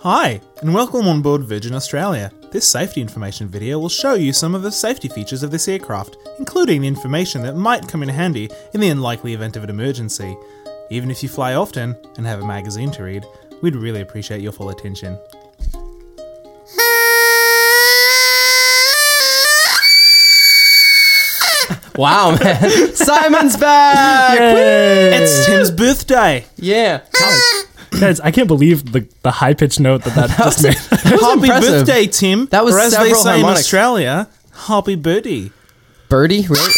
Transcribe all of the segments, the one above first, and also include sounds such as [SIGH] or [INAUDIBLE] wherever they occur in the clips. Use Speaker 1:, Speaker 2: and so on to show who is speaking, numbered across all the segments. Speaker 1: Hi, and welcome on board Virgin Australia. This safety information video will show you some of the safety features of this aircraft, including information that might come in handy in the unlikely event of an emergency. Even if you fly often and have a magazine to read, we'd really appreciate your full attention.
Speaker 2: Wow,
Speaker 3: [LAUGHS]
Speaker 2: man. Simon's back!
Speaker 1: It's Tim's birthday!
Speaker 2: Yeah.
Speaker 3: Guys, I can't believe the, the high pitched note
Speaker 2: [LAUGHS]
Speaker 3: that that just made.
Speaker 1: Happy
Speaker 2: impressive.
Speaker 1: birthday, Tim!
Speaker 2: That was
Speaker 1: or as they
Speaker 2: several
Speaker 1: say in
Speaker 2: harmonics.
Speaker 1: Australia, happy birdie.
Speaker 2: Birdie, right?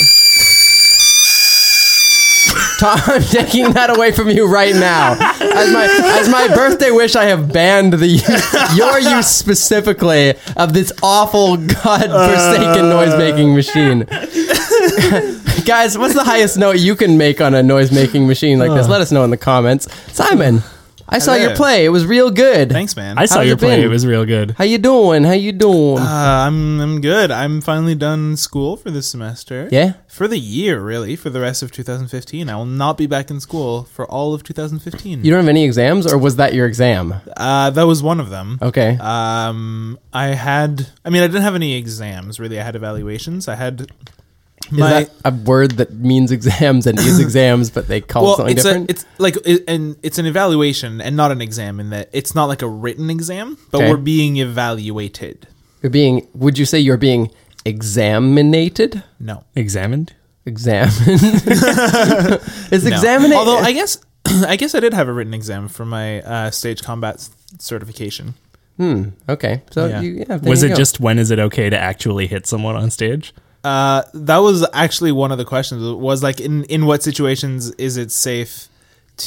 Speaker 2: Tom, [LAUGHS] I'm taking that away from you right now. As my as my birthday wish, I have banned the [LAUGHS] use- your use specifically of this awful godforsaken
Speaker 1: Uh.
Speaker 2: noise making machine. [LAUGHS] Guys, what's the highest note you can make on a noise making machine like this? Let us know in the comments. Simon, I saw
Speaker 1: Hello.
Speaker 2: your play. It was real good.
Speaker 1: Thanks, man.
Speaker 3: [LAUGHS] I saw
Speaker 2: How's
Speaker 3: your
Speaker 2: it
Speaker 3: play.
Speaker 2: been?
Speaker 3: It was real good.
Speaker 2: How you doing? How you doing?
Speaker 1: Uh, I'm I'm good. I'm finally done school for this semester.
Speaker 2: Yeah?
Speaker 1: For the year, really, for the rest of 2015. I will not be back in school for all of 2015.
Speaker 2: You don't have any exams, or was that your exam?
Speaker 1: uh, that was one of them.
Speaker 2: Okay.
Speaker 1: Um, I had. I mean, I didn't have any exams really. I had evaluations. I had.
Speaker 2: Is that a word that means exams
Speaker 1: [COUGHS]
Speaker 2: and is exams, but they call it
Speaker 1: well,
Speaker 2: something
Speaker 1: it's a,
Speaker 2: different?
Speaker 1: it's like it, and it's an evaluation and not an exam in that it's not like a written exam, but
Speaker 2: Okay.
Speaker 1: we're being evaluated.
Speaker 2: you're being, would you say you're being examinated?
Speaker 1: No.
Speaker 3: Examined?
Speaker 1: [LAUGHS]
Speaker 2: Examined? is
Speaker 1: No.
Speaker 2: examination.
Speaker 1: Although I guess [CLEARS THROAT] I guess I did have a written exam for my uh, stage combat s- certification.
Speaker 2: Hmm, okay. So,
Speaker 1: Yeah.
Speaker 2: you, yeah, there
Speaker 3: was
Speaker 2: you
Speaker 3: it
Speaker 2: go.
Speaker 3: just when is it okay to actually hit someone on stage?
Speaker 1: Uh, that was actually one of the questions. Was like in in what situations is it safe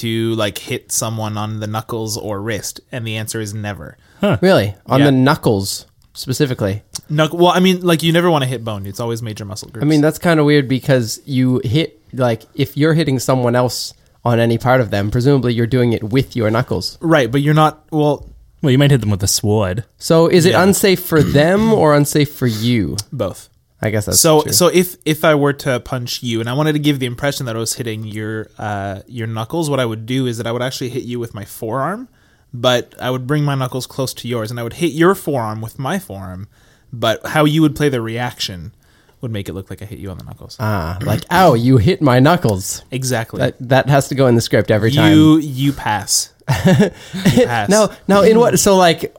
Speaker 1: to like hit someone on the knuckles or wrist? And the answer is never.
Speaker 2: Really? On
Speaker 1: Yeah.
Speaker 2: the knuckles specifically?
Speaker 1: Knuck- well, I mean, like you never want to hit bone. It's always major muscle groups.
Speaker 2: I mean, that's kind of weird because you hit, like, if you're hitting someone else on any part of them, presumably you're doing it with your knuckles.
Speaker 1: right? But you're not. Well,
Speaker 3: Well, you might hit them with a sword.
Speaker 2: So is it
Speaker 1: Yeah.
Speaker 2: unsafe for them or unsafe for you?
Speaker 1: both.
Speaker 2: I guess that's
Speaker 1: so
Speaker 2: true.
Speaker 1: so if if I were to punch you and I wanted to give the impression that I was hitting your uh, your knuckles, what I would do is that I would actually hit you with my forearm, but I would bring my knuckles close to yours and I would hit your forearm with my forearm, but how you would play the reaction would make it look like I hit you on the knuckles.
Speaker 2: Ah, like, ow, you hit my knuckles.
Speaker 1: exactly.
Speaker 2: That, that has to go in the script every
Speaker 1: [LAUGHS]
Speaker 2: time. [LAUGHS]
Speaker 1: you you pass. you pass.
Speaker 2: now, now, in what? So, like,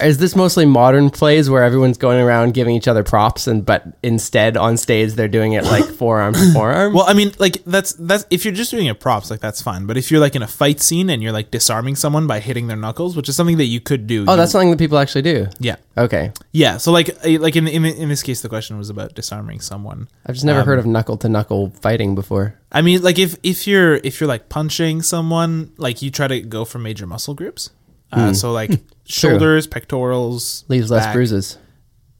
Speaker 2: is this mostly modern plays where everyone's going around giving each other props, and but instead on stage they're doing it
Speaker 1: [LAUGHS]
Speaker 2: like forearm to forearm?
Speaker 1: Well, I mean, like that's that's if you're just doing it props, like that's fine. But if you're like in a fight scene and you're like disarming someone by hitting their knuckles, which is something that you could do.
Speaker 2: oh,
Speaker 1: you-
Speaker 2: that's something that people actually do.
Speaker 1: yeah.
Speaker 2: Okay,
Speaker 1: Yeah, so like eh, like in in in this case, the question was about disarming someone.
Speaker 2: I've just never
Speaker 1: Um,
Speaker 2: heard of knuckle to knuckle fighting before.
Speaker 1: I mean, like if if you're if you're like punching someone, like you try to go for major muscle groups. Uh, So
Speaker 2: [LAUGHS]
Speaker 1: like shoulders, pectorals,
Speaker 2: Hmm. Leaves less
Speaker 1: back.
Speaker 2: bruises.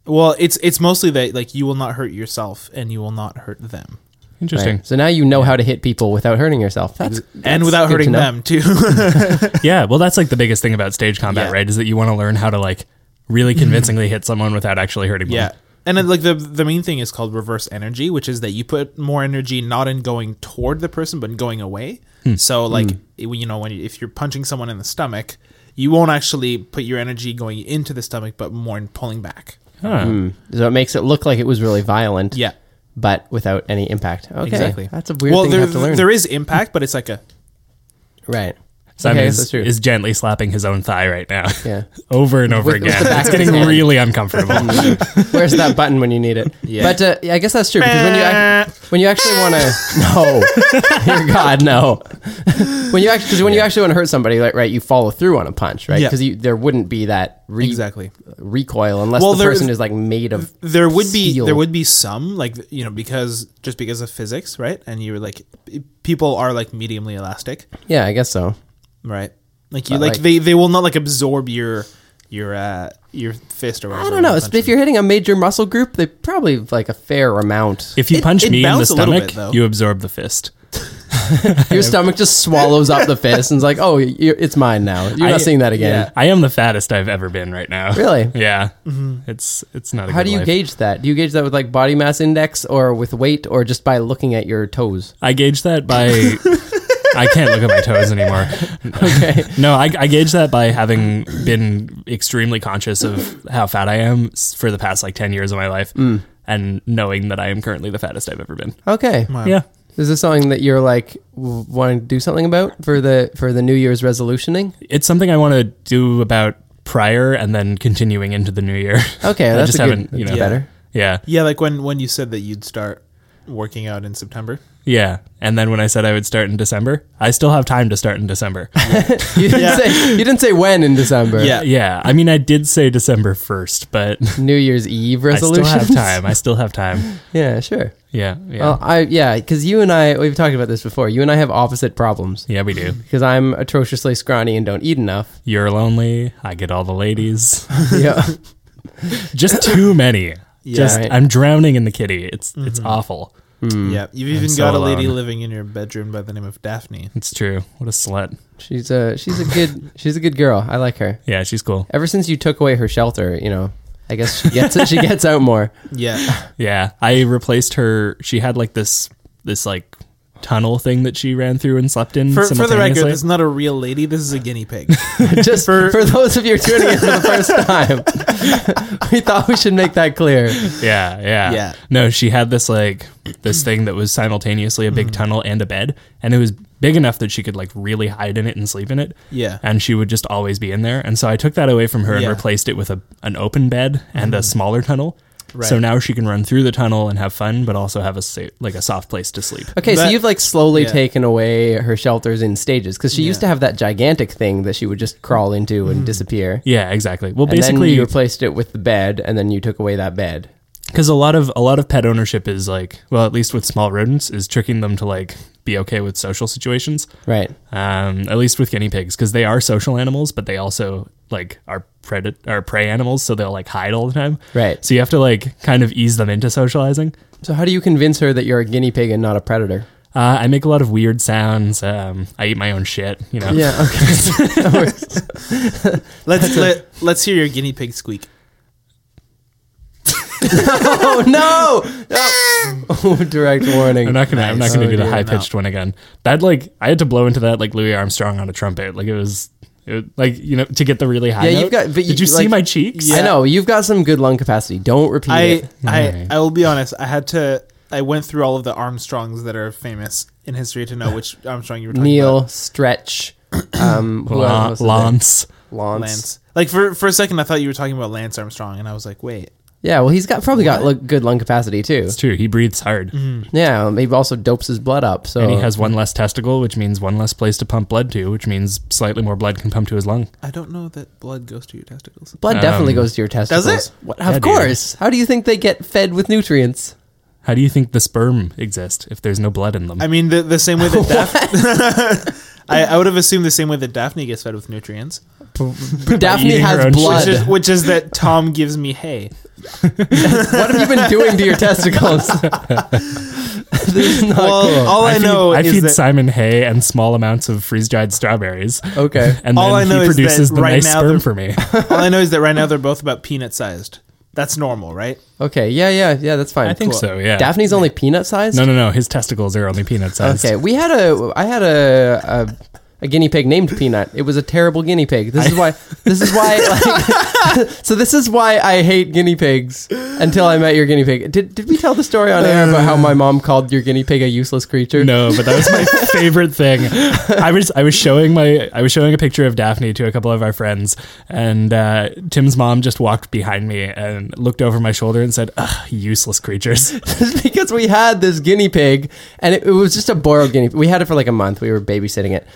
Speaker 1: Well, it's it's mostly that like you will not hurt yourself and you will not hurt them,
Speaker 3: Interesting.
Speaker 2: Right. So now you know how to hit people without hurting yourself. That's,
Speaker 1: and
Speaker 2: that's
Speaker 1: without
Speaker 2: good to
Speaker 1: hurting
Speaker 2: know.
Speaker 1: them too. [LAUGHS]
Speaker 3: Yeah, well, that's like the biggest thing about stage combat,
Speaker 1: Yeah.
Speaker 3: right? Is that you want to learn how to like
Speaker 2: Mm.
Speaker 3: really convincingly hit someone without actually hurting them.
Speaker 1: yeah. And then, like the the main thing is called reverse energy, which is that you put more energy not in going toward the person but in going away. So like it- you know when you, if you're punching someone in the stomach, you won't actually put your energy going into the stomach but more in pulling back.
Speaker 3: Huh.
Speaker 2: So it makes it look like it was really violent.
Speaker 1: Yeah.
Speaker 2: But without any impact. Okay.
Speaker 1: Exactly.
Speaker 2: That's a weird
Speaker 1: well,
Speaker 2: thing
Speaker 1: there,
Speaker 2: to have to learn.
Speaker 1: there is impact, but it's like a
Speaker 2: right.
Speaker 3: Simon
Speaker 2: okay, that's
Speaker 3: is,
Speaker 2: true.
Speaker 3: is gently slapping his own thigh right now.
Speaker 2: Yeah.
Speaker 3: [LAUGHS] over and over
Speaker 2: With- with
Speaker 3: again.
Speaker 2: the back
Speaker 3: It's
Speaker 2: of his
Speaker 3: getting
Speaker 2: hand. Mm.
Speaker 3: really uncomfortable.
Speaker 2: [LAUGHS] Where's that button when you need it?
Speaker 1: Yeah.
Speaker 2: But uh, yeah, I guess that's true because when you ac- when you actually want
Speaker 1: [LAUGHS]
Speaker 2: to no, [LAUGHS] dear God, no. [LAUGHS] when you actually because when you actually want to hurt somebody, like right, you follow through on a punch, right?
Speaker 1: Yeah.
Speaker 2: Because there wouldn't be that re-
Speaker 1: exactly.
Speaker 2: recoil unless
Speaker 1: Well,
Speaker 2: the
Speaker 1: there-
Speaker 2: person is like made of.
Speaker 1: There would be
Speaker 2: Steel.
Speaker 1: there would be some like you know because just because of physics, right? And you were like p- people are like mediumly elastic,
Speaker 2: Yeah, I guess so.
Speaker 1: right? Like you
Speaker 2: But,
Speaker 1: like,
Speaker 2: like-
Speaker 1: they they will not like absorb your your uh your fist or whatever.
Speaker 2: I don't know.
Speaker 1: you
Speaker 2: it's-
Speaker 1: punch
Speaker 2: If you're hitting a major muscle group, they probably have, like a fair amount.
Speaker 3: If you
Speaker 1: It-
Speaker 3: punch
Speaker 1: it
Speaker 3: me in the
Speaker 1: bounced a little
Speaker 3: stomach,
Speaker 1: bit, though.
Speaker 3: you absorb the fist.
Speaker 2: Your stomach just swallows up the fist and is like, oh, you it's mine now. You're
Speaker 3: I-
Speaker 2: not seeing that again.
Speaker 3: I am the fattest I've ever been right now.
Speaker 2: Really?
Speaker 3: [LAUGHS] Yeah. It's it's not. A
Speaker 2: How
Speaker 3: good
Speaker 2: do you
Speaker 3: life.
Speaker 2: gauge that? Do you gauge that with like [LAUGHS] body mass index or with weight or just by looking at your toes?
Speaker 3: I gauge that by I can't look at my toes anymore.
Speaker 2: [LAUGHS] Okay.
Speaker 3: No, I, I gauge that by having been extremely conscious of how fat I am s- for the past like 10 years of my life
Speaker 2: Mm.
Speaker 3: and knowing that I am currently the fattest I've ever been.
Speaker 2: Okay.
Speaker 1: Wow.
Speaker 3: Yeah.
Speaker 2: Is this something that you're like w- wanting to do something about for the for the New Year's
Speaker 3: [LAUGHS]
Speaker 2: resolutioning?
Speaker 3: It's something I want to do about prior and then continuing into the new year.
Speaker 2: Okay,
Speaker 3: [LAUGHS] I
Speaker 2: that's
Speaker 3: just
Speaker 2: a good,
Speaker 3: haven't, you
Speaker 2: that's
Speaker 3: know.
Speaker 2: better.
Speaker 3: yeah.
Speaker 1: Yeah, like when when you said that you'd start working out in September.
Speaker 3: Yeah. And then when I said I would start in December, I still have time to start in December.
Speaker 2: You didn't
Speaker 1: Yeah.
Speaker 2: say you didn't say when in
Speaker 1: [LAUGHS]
Speaker 2: December.
Speaker 1: Yeah.
Speaker 3: yeah. I mean, I did say December 1st, but [LAUGHS]
Speaker 2: New Year's Eve
Speaker 3: I still
Speaker 2: resolution.
Speaker 3: have time. I still have time.
Speaker 2: [LAUGHS] Yeah, sure.
Speaker 3: Yeah. Yeah.
Speaker 2: Well, I yeah, because you and I we've talked about this before. You and I have opposite problems
Speaker 3: yeah, we do.
Speaker 2: because I'm atrociously scrawny and don't eat
Speaker 3: [LAUGHS]
Speaker 2: enough.
Speaker 3: You're lonely. I get all the
Speaker 1: [LAUGHS]
Speaker 3: ladies.
Speaker 2: yeah,
Speaker 3: Just too many.
Speaker 1: Yeah. Mm-hmm.
Speaker 3: Just
Speaker 2: Right.
Speaker 3: I'm drowning in the kitty. It's it's awful.
Speaker 2: Hmm.
Speaker 1: Yeah. You've even
Speaker 3: so
Speaker 1: got a lady
Speaker 3: alone.
Speaker 1: living in your bedroom by the name of Daphne.
Speaker 3: It's true. What a slut.
Speaker 2: she's a she's a good she's a good girl. I like her.
Speaker 3: Yeah, she's cool.
Speaker 2: Ever since you took away her shelter, you know, I guess she gets [LAUGHS] it. She gets out more. [LAUGHS]
Speaker 1: Yeah.
Speaker 3: Yeah, I replaced her. She had like this this like tunnel thing that she ran through and slept in.
Speaker 1: For, for the record,
Speaker 3: simultaneously.
Speaker 1: this is not a real lady. This is a guinea pig.
Speaker 2: [LAUGHS] Just for, those of you tuning in for the [LAUGHS] first time, we thought we should make that clear.
Speaker 3: yeah, yeah,
Speaker 1: Yeah.
Speaker 3: No, she had this like this thing that was simultaneously a big
Speaker 1: Mm-hmm.
Speaker 3: tunnel and a bed, and it was big enough that she could like really hide in it and sleep in it.
Speaker 1: Yeah.
Speaker 3: and she would just always be in there. And so I took that away from her
Speaker 1: Yeah. Mm-hmm.
Speaker 3: and replaced it with a an open bed and a smaller tunnel.
Speaker 1: Right.
Speaker 3: So now she can run through the tunnel and have fun, but also have a sa- like a soft place to sleep.
Speaker 2: Okay, so
Speaker 1: That-
Speaker 2: you've like slowly
Speaker 1: yeah.
Speaker 2: taken away her shelters in stages because she used to
Speaker 1: Yeah.
Speaker 2: have that gigantic thing that she would just crawl into and disappear.
Speaker 3: Yeah, exactly. Well,
Speaker 2: And
Speaker 3: basically,
Speaker 2: then you replaced it with the bed, and then you took away that bed.
Speaker 3: because a lot of a lot of pet ownership is like well at least with small rodents is tricking them to like be okay with social situations
Speaker 2: Right.
Speaker 3: um at least with guinea pigs because they are social animals but they also like are predat are prey animals so they'll like hide all the time
Speaker 2: Right.
Speaker 3: so you have to like kind of ease them into socializing
Speaker 2: So how do you convince her that you're a guinea pig and not a predator?
Speaker 3: uh, i make a lot of weird sounds um i eat my own shit you know
Speaker 2: Yeah. Okay.
Speaker 1: Let's let, let's hear your guinea pig squeak.
Speaker 2: [LAUGHS] oh no! [LAUGHS] No. Oh, direct warning.
Speaker 3: I'm not gonna. I'm not
Speaker 1: Nice.
Speaker 3: gonna do
Speaker 1: Oh,
Speaker 3: the
Speaker 1: dear,
Speaker 3: high pitched one again. That like I had to blow into that like Louis Armstrong on a trumpet. Like it was, it, like you know, to get the really high.
Speaker 2: Yeah, you've got-
Speaker 3: note.
Speaker 2: but
Speaker 3: Did
Speaker 2: you-
Speaker 3: you see
Speaker 2: like-
Speaker 3: my cheeks?
Speaker 2: I know you've got some good lung capacity. Don't repeat
Speaker 1: I
Speaker 2: it.
Speaker 1: I I will be honest. I had to. I went through all of the Armstrongs that are famous in history to know
Speaker 2: [LAUGHS]
Speaker 1: which Armstrong you were talking
Speaker 2: Neil,
Speaker 1: about. [COUGHS]
Speaker 2: Stretch, um, who
Speaker 3: La-
Speaker 2: else was in there?
Speaker 3: Lance.
Speaker 2: Lance.
Speaker 1: Lance. Like for for a second, I thought you were talking about Lance Armstrong, and I was like, wait.
Speaker 2: Yeah, well, he's got probably got lu- good lung capacity too.
Speaker 3: It's true. He breathes hard,
Speaker 2: Yeah, um, he also dopes his blood up. So
Speaker 3: and he has one less testicle, which means one less place to pump blood to, which means slightly more blood can pump to his lung.
Speaker 1: I don't know that blood goes to your testicles.
Speaker 2: blood definitely
Speaker 3: um,
Speaker 2: goes to your testicles.
Speaker 1: it?
Speaker 2: What,
Speaker 3: Yeah,
Speaker 2: of
Speaker 3: dude.
Speaker 2: course. How do you think they get fed with
Speaker 3: [LAUGHS]
Speaker 2: nutrients?
Speaker 3: How do you think the sperm exist if there's no blood in them?
Speaker 1: I mean, the the same way that Daphne. [LAUGHS] I, I would have assumed the same way that Daphne gets fed with nutrients,
Speaker 2: Daphne
Speaker 3: eating her
Speaker 2: has
Speaker 3: own
Speaker 2: blood.
Speaker 1: which is, which is that Tom gives me hay.
Speaker 2: what have you been doing
Speaker 3: [LAUGHS]
Speaker 2: to your testicles? [LAUGHS] this is not
Speaker 1: Well, all I,
Speaker 3: feed,
Speaker 1: know
Speaker 3: I
Speaker 1: is
Speaker 3: feed
Speaker 1: that
Speaker 3: Simon hay and small amounts of freeze dried strawberries,
Speaker 2: cool. Okay.
Speaker 3: and
Speaker 1: Uh, All
Speaker 3: then
Speaker 1: I know is
Speaker 3: he
Speaker 1: that
Speaker 3: produces the
Speaker 1: right
Speaker 3: nice
Speaker 1: now
Speaker 3: sperm
Speaker 1: they're-
Speaker 3: for me.
Speaker 1: [LAUGHS] all I know is that right now they're both about peanut sized. That's normal, right?
Speaker 2: Okay. Yeah, yeah, yeah, that's fine.
Speaker 3: I think
Speaker 2: Cool.
Speaker 3: so. Yeah.
Speaker 2: Daphne's only peanut sized?
Speaker 3: No, no, no. His testicles are only peanut sized.
Speaker 2: Okay, we had a I had a, a a guinea pig named Peanut. It was a terrible guinea pig. This is why. This is why.
Speaker 1: [LAUGHS]
Speaker 2: Like, [LAUGHS] so this is why I hate guinea pigs. Until I met your guinea pig. Did did we tell the story on air about how my mom called your guinea pig a useless creature? [LAUGHS]
Speaker 3: No, but that was
Speaker 1: [LAUGHS]
Speaker 3: my favorite thing. I was I was showing my I was showing a picture of Daphne to a couple of our friends, and uh, Tim's mom just walked behind me and looked over my shoulder and said, Ugh, "Useless creatures."
Speaker 2: Just because we had this guinea pig, and it, it was just a borrowed guinea. We had it for like a month. We were babysitting it,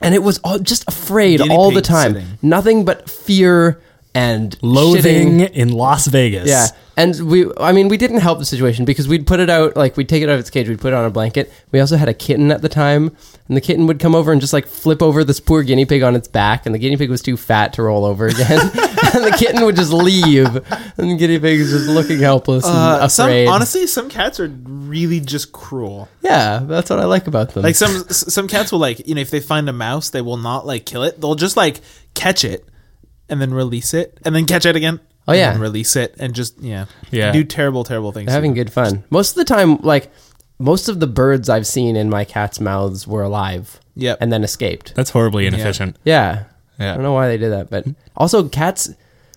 Speaker 2: and it was all, just afraid
Speaker 1: Guinea
Speaker 2: all the
Speaker 1: pig
Speaker 2: time.
Speaker 1: sitting.
Speaker 2: Nothing but fear and shitting.
Speaker 3: Loathing in Las Vegas.
Speaker 2: Yeah, and we, I mean, we didn't help the situation because we'd put it out, like we'd take it out of its cage, we'd put it on a blanket. We also had a kitten at the time, and the kitten would come over and just like flip over this poor guinea pig on its back, and the guinea pig was too fat to roll over
Speaker 1: [LAUGHS]
Speaker 2: again, and the kitten would just leave, and the guinea pig is just looking helpless and
Speaker 1: Uh, some
Speaker 2: afraid.
Speaker 1: honestly, some cats are really just cruel.
Speaker 2: yeah, that's what I like about them.
Speaker 1: Like some s- some cats will like you know if they find a mouse they will not like kill it they'll just like catch it and then release it and then catch it again
Speaker 2: Oh,
Speaker 1: and
Speaker 2: yeah.
Speaker 1: then release it and just yeah
Speaker 3: Yeah.
Speaker 1: do terrible terrible things
Speaker 2: They're having good fun. Most of the time, like most of the birds I've seen in my cat's mouths were alive.
Speaker 1: Yep.
Speaker 2: And then escaped.
Speaker 3: That's horribly inefficient.
Speaker 2: Yeah.
Speaker 3: Yeah.
Speaker 2: I don't know why they did that, but also cats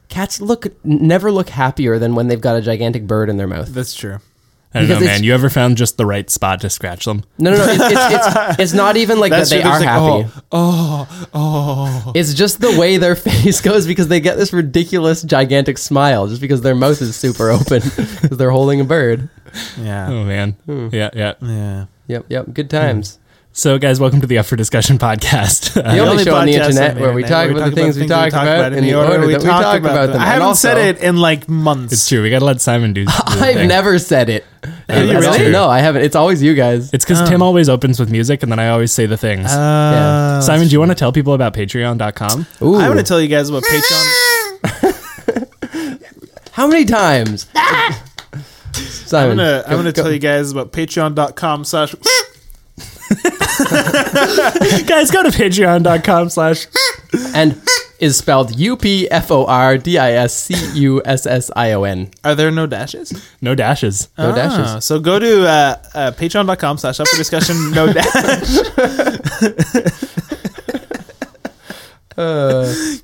Speaker 2: cats look never look happier than when they've got a gigantic bird in their mouth.
Speaker 1: That's true.
Speaker 3: I don't
Speaker 2: Because
Speaker 3: know,
Speaker 2: it's-
Speaker 3: man. You ever found just the right spot to scratch them?
Speaker 2: No, no, no. It's, it's, it's, it's not even like that
Speaker 1: That's
Speaker 2: they
Speaker 1: true,
Speaker 2: are
Speaker 1: there's like,
Speaker 2: happy. Oh, oh, It's just the way their [LAUGHS] face goes because they get this ridiculous, gigantic smile just because their mouth is super open [LAUGHS] because they're holding a bird.
Speaker 1: Yeah.
Speaker 3: Oh man. Yeah, yeah.
Speaker 1: Yeah.
Speaker 2: Yep, yep. Good times.
Speaker 3: So guys, welcome to the Up for Discussion podcast. [LAUGHS]
Speaker 2: The,
Speaker 3: Uh,
Speaker 2: only,
Speaker 1: only
Speaker 2: show on the
Speaker 1: podcast
Speaker 2: internet
Speaker 1: on the
Speaker 2: where we
Speaker 1: internet where
Speaker 2: talk
Speaker 1: we
Speaker 2: about the
Speaker 1: talk
Speaker 2: things we talk about in the order that we talk about them.
Speaker 1: I
Speaker 2: And
Speaker 1: haven't said
Speaker 2: also-
Speaker 1: it in like months.
Speaker 3: it's true. We gotta let
Speaker 2: [LAUGHS]
Speaker 3: Simon do. do the
Speaker 2: I've
Speaker 3: thing.
Speaker 2: never said it.
Speaker 3: Have you
Speaker 2: I don't-
Speaker 3: really?
Speaker 2: No, I haven't. It's always you guys.
Speaker 3: It's because Tim always opens with music, and then I always say the things.
Speaker 1: Uh,
Speaker 3: Simon, do you want to tell people about Patreon.com?
Speaker 2: Ooh.
Speaker 1: I want to tell you guys about Patreon.
Speaker 2: How many times?
Speaker 1: I'm
Speaker 2: Simon.
Speaker 1: gonna, I'm
Speaker 2: go-
Speaker 1: gonna
Speaker 2: go-
Speaker 1: tell you guys about patreon.com slash
Speaker 3: [LAUGHS] guys, go to Patreon.com/slash.
Speaker 2: And is spelled U P F O R D I S C U S S I O N.
Speaker 1: Are there no dashes?
Speaker 3: No dashes.
Speaker 2: No dashes.
Speaker 1: Ah, so go to uh, uh, patreon.com slash up for discussion
Speaker 2: [LAUGHS]
Speaker 1: no dash.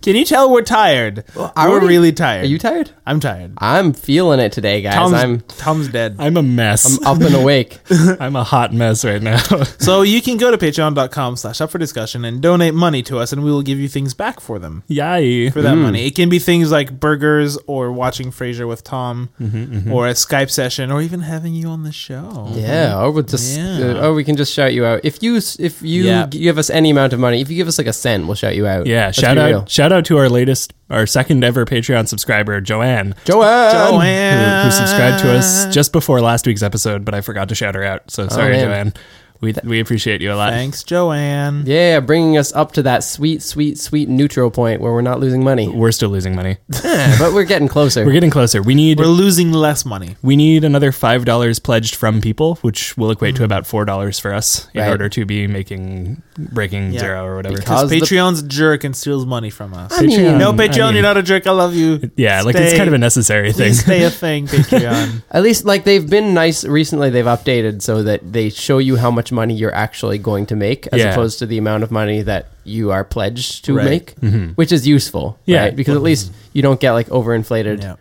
Speaker 1: Can you tell we're tired?
Speaker 2: are
Speaker 1: we're
Speaker 2: we?
Speaker 1: really tired.
Speaker 2: Are you tired?
Speaker 1: I'm tired.
Speaker 2: I'm feeling it today, guys.
Speaker 1: Tom's,
Speaker 2: I'm
Speaker 1: Tom's dead.
Speaker 2: [LAUGHS]
Speaker 3: I'm a mess.
Speaker 2: up and awake. [LAUGHS]
Speaker 3: I'm a hot mess right now. [LAUGHS]
Speaker 1: so you can go to patreon.com slash up for discussion and donate money to us and we will give you things back for them.
Speaker 3: Yay.
Speaker 1: For
Speaker 2: Mm.
Speaker 1: that money, it can be things like burgers or watching Frasier with Tom,
Speaker 2: Mm-hmm,
Speaker 1: or a Skype session, or even having you on the show.
Speaker 2: yeah, or we'll just,
Speaker 1: Yeah.
Speaker 2: uh, or we can just shout you out if you s- if you
Speaker 1: Yeah.
Speaker 2: g- give us any amount of money. If you give us like a cent, we'll shout you out.
Speaker 3: Yeah,
Speaker 2: Let's
Speaker 3: shout
Speaker 2: be
Speaker 3: out
Speaker 2: real.
Speaker 3: shout out to our latest our second ever Patreon subscriber, Joanne.
Speaker 2: Joanne.
Speaker 3: Who,
Speaker 1: Joanne,
Speaker 3: who subscribed to us just before last week's episode, but I forgot to shout her out.
Speaker 1: Oh,
Speaker 3: So sorry,
Speaker 2: man.
Speaker 3: Joanne. We we appreciate you a lot.
Speaker 1: Thanks, Joanne.
Speaker 2: Yeah, bringing us up to that sweet, sweet, sweet neutral point where we're not losing
Speaker 3: [LAUGHS]
Speaker 2: money,
Speaker 3: We're still losing money.
Speaker 2: Yeah, but we're getting closer.
Speaker 3: We're getting closer. We need
Speaker 1: We're losing less money.
Speaker 3: we need another five dollars pledged from people, which will equate to
Speaker 1: Hmm.
Speaker 3: about four dollars for us in
Speaker 2: Right.
Speaker 3: order to be making breaking
Speaker 1: Yeah.
Speaker 3: zero or whatever.
Speaker 2: Because-
Speaker 1: Because
Speaker 2: How's the-
Speaker 1: Patreon's a jerk and steals money from us.
Speaker 2: I mean-
Speaker 1: no,
Speaker 3: Um, I
Speaker 1: Patreon,
Speaker 3: mean,
Speaker 1: you're not a jerk. I love you.
Speaker 3: Yeah, like it's
Speaker 1: Stay-
Speaker 3: kind of a necessary thing.
Speaker 1: Please stay a thing, Patreon.
Speaker 2: At least, like they've been nice recently. They've updated so that they show you how much money you're actually going to make, as
Speaker 3: Yeah.
Speaker 2: opposed to the amount of money that you are pledged to
Speaker 1: Right.
Speaker 2: make, which is useful,
Speaker 3: Mm-hmm. Yeah. Mm-hmm.
Speaker 2: right? Because at least you don't get like overinflated
Speaker 1: Yeah.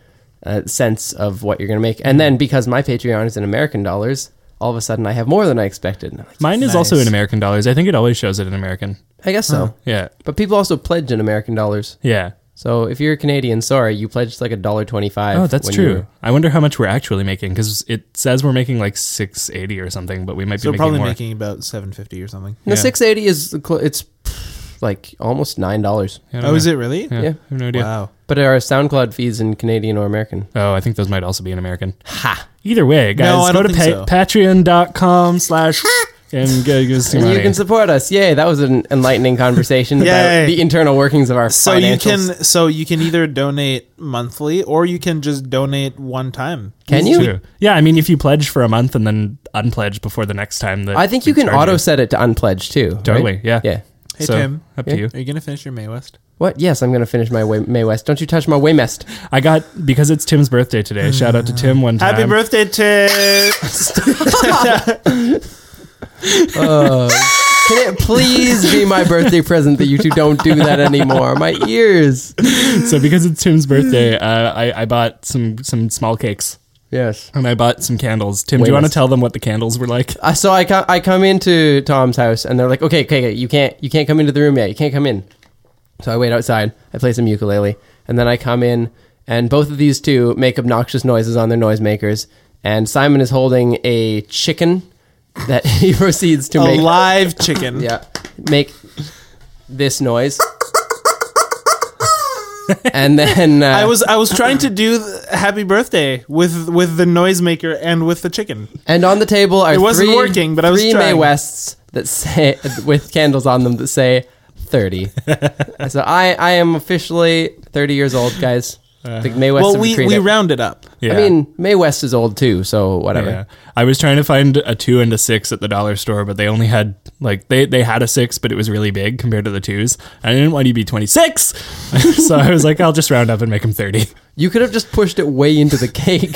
Speaker 2: uh, sense of what you're going to make. And then because my Patreon is in American dollars, all of a sudden I have more than I expected. And I'm like,
Speaker 3: Mine is also
Speaker 1: Nice.
Speaker 3: in American dollars. I think it always shows it in American.
Speaker 2: I guess so.
Speaker 3: Yeah.
Speaker 2: But people also pledge in American dollars.
Speaker 3: Yeah.
Speaker 2: So if you're a Canadian, sorry, you pledged like a dollar twenty-five.
Speaker 3: Oh, that's
Speaker 2: when
Speaker 3: true.
Speaker 2: you-
Speaker 3: I wonder how much we're actually making because it says we're making like six eighty or something, but we might
Speaker 1: So
Speaker 3: be
Speaker 1: we're
Speaker 3: making
Speaker 1: probably
Speaker 3: more.
Speaker 1: making about seven fifty or something.
Speaker 2: The
Speaker 3: Yeah.
Speaker 2: six eighty is cl- it's pff, like almost nine dollars.
Speaker 3: I don't
Speaker 1: Oh, is
Speaker 3: know.
Speaker 1: it really?
Speaker 3: Yeah,
Speaker 2: Yeah.
Speaker 3: I have no idea.
Speaker 1: Wow.
Speaker 2: But are SoundCloud fees in Canadian or American?
Speaker 3: Oh, I think those might also be in American.
Speaker 2: Ha!
Speaker 3: Either way, guys,
Speaker 1: I
Speaker 3: go
Speaker 1: don't
Speaker 3: to
Speaker 1: think
Speaker 3: pa-
Speaker 1: so.
Speaker 3: patreon.com slash and go give us some
Speaker 2: And
Speaker 3: money.
Speaker 2: you can support us. Yay! That was an enlightening conversation about
Speaker 1: Yay.
Speaker 2: the internal workings of our
Speaker 1: So you
Speaker 2: financials.
Speaker 1: can so you can either donate monthly or you can just donate one time.
Speaker 2: Can you?
Speaker 3: True. Yeah, I mean, if you pledge for a month and then unpledge before the next time, that
Speaker 2: I think
Speaker 3: we
Speaker 2: you can
Speaker 3: charge
Speaker 2: auto set it to unpledged too. right?
Speaker 3: Totally, yeah.
Speaker 2: Yeah.
Speaker 1: Hey
Speaker 3: So,
Speaker 1: Tim,
Speaker 3: Up
Speaker 2: Yeah.
Speaker 3: to you.
Speaker 1: are you gonna finish your May West?
Speaker 2: What? Yes, I'm gonna finish my way- May West. Don't you touch my Waymest.
Speaker 3: I got because it's Tim's
Speaker 1: [SIGHS]
Speaker 3: birthday today. Shout out to Tim one time.
Speaker 1: Happy birthday, Tim!
Speaker 2: Can it please be my birthday present that you two don't do that anymore? My ears.
Speaker 3: [LAUGHS] So because it's Tim's
Speaker 1: [LAUGHS]
Speaker 3: birthday, uh, I, I bought some some small cakes
Speaker 2: Yes.
Speaker 3: and I bought some candles. Tim, do
Speaker 2: Way
Speaker 3: you want to
Speaker 2: nice.
Speaker 3: tell them what the candles were like?
Speaker 2: Uh, so I come, I come into Tom's house and they're like, okay, okay, okay, you can't, you can't come into the room yet. You can't come in. So I wait outside. I play some ukulele, and then I come in, and both of these two make obnoxious noises on their noisemakers. And Simon is holding a chicken that [LAUGHS] he proceeds to
Speaker 1: A
Speaker 2: make.
Speaker 1: live chicken.
Speaker 2: Yeah, make
Speaker 1: [LAUGHS]
Speaker 2: this noise. and then uh,
Speaker 1: I was I was trying to do the happy birthday with with the noisemaker and with the chicken.
Speaker 2: And on the table are
Speaker 1: It wasn't
Speaker 2: three,
Speaker 1: working, but I was
Speaker 2: three May
Speaker 1: trying.
Speaker 2: Wests that say with candles on them that say
Speaker 1: [LAUGHS]
Speaker 2: thirty. so I, I am officially thirty years old, guys. The May West.
Speaker 1: Uh-huh. well, we we rounded up.
Speaker 3: Yeah.
Speaker 2: I mean, May West is old too, so whatever.
Speaker 3: Yeah. I was trying to find a two and a six at the dollar store, but they only had like they they had a six, but it was really big compared to the twos. I didn't want you to be twenty six, [LAUGHS] so I was like, I'll just round up and make them thirty.
Speaker 2: You could have just pushed it way into the [LAUGHS] cake.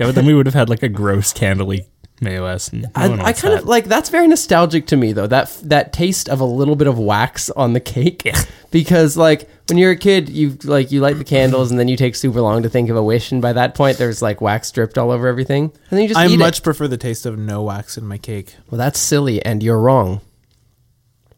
Speaker 3: Yeah, but then we would have had like a gross candly Mayo-esque. No
Speaker 2: I,
Speaker 3: one
Speaker 2: I
Speaker 3: wants
Speaker 2: kind
Speaker 3: that.
Speaker 2: of like that's very nostalgic to me though that that taste of a little bit of wax on the cake because like when you're a kid you like you light the candles and then you take super long to think of a wish and by that point there's like wax dripped all over everything and then you just
Speaker 1: I
Speaker 2: eat
Speaker 1: much
Speaker 2: it.
Speaker 1: prefer the taste of no wax in my cake.
Speaker 2: Well, that's silly and you're wrong.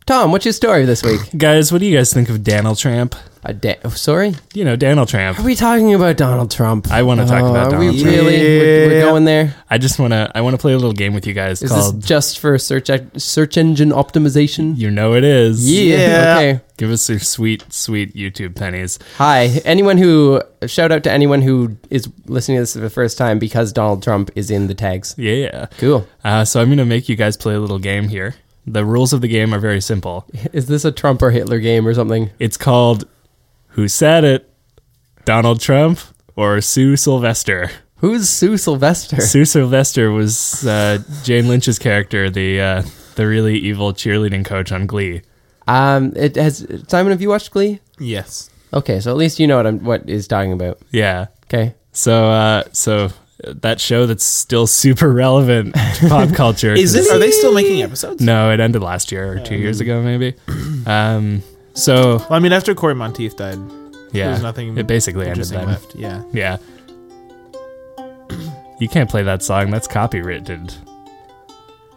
Speaker 2: Tom, what's your story this week?
Speaker 3: guys, what do you guys think of Daniel Tramp?
Speaker 2: a da- oh, sorry,
Speaker 3: You know, Daniel Tramp.
Speaker 2: are we talking about Donald Trump?
Speaker 3: I wanna talk
Speaker 2: Oh,
Speaker 3: about
Speaker 2: Are we
Speaker 3: Donald
Speaker 1: Trump.
Speaker 2: really? We're, we're
Speaker 1: Yeah.
Speaker 2: going there.
Speaker 3: I just want to I want to play a little game with you guys
Speaker 2: Is
Speaker 3: called
Speaker 2: this just for search search engine optimization?
Speaker 3: You Know It Is.
Speaker 1: Yeah.
Speaker 2: Okay.
Speaker 3: Give us your sweet sweet YouTube pennies.
Speaker 2: Hi, anyone who shout out to anyone who is listening to this for the first time because Donald Trump is in the tags.
Speaker 3: Yeah.
Speaker 2: Cool.
Speaker 3: Uh, so I'm going to make you guys play a little game here. The rules of the game are very simple.
Speaker 2: [LAUGHS] Is this a Trump or Hitler game or something?
Speaker 3: It's called Who Said It? Donald Trump or Sue Sylvester?
Speaker 2: Who's Sue Sylvester?
Speaker 3: Sue Sylvester was uh, Jane Lynch's character, the uh, the really evil cheerleading coach on Glee.
Speaker 2: Um, it has Simon. Have you watched Glee?
Speaker 1: Yes.
Speaker 2: Okay, so at least you know what I'm what is talking about.
Speaker 3: Yeah.
Speaker 2: Okay,
Speaker 3: So uh, so that show that's still super relevant
Speaker 1: [LAUGHS]
Speaker 3: to pop culture.
Speaker 1: Is
Speaker 3: 'cause-
Speaker 1: this, are they still making episodes?
Speaker 3: No, it ended last year or two years
Speaker 1: [CLEARS THROAT]
Speaker 3: ago, maybe. Um, so
Speaker 1: Well, I mean, after Corey Monteith died,
Speaker 3: yeah,
Speaker 1: there's nothing.
Speaker 3: It basically ended
Speaker 1: interesting
Speaker 3: then.
Speaker 1: left. Yeah.
Speaker 3: Yeah. You can't play that song. That's copyrighted.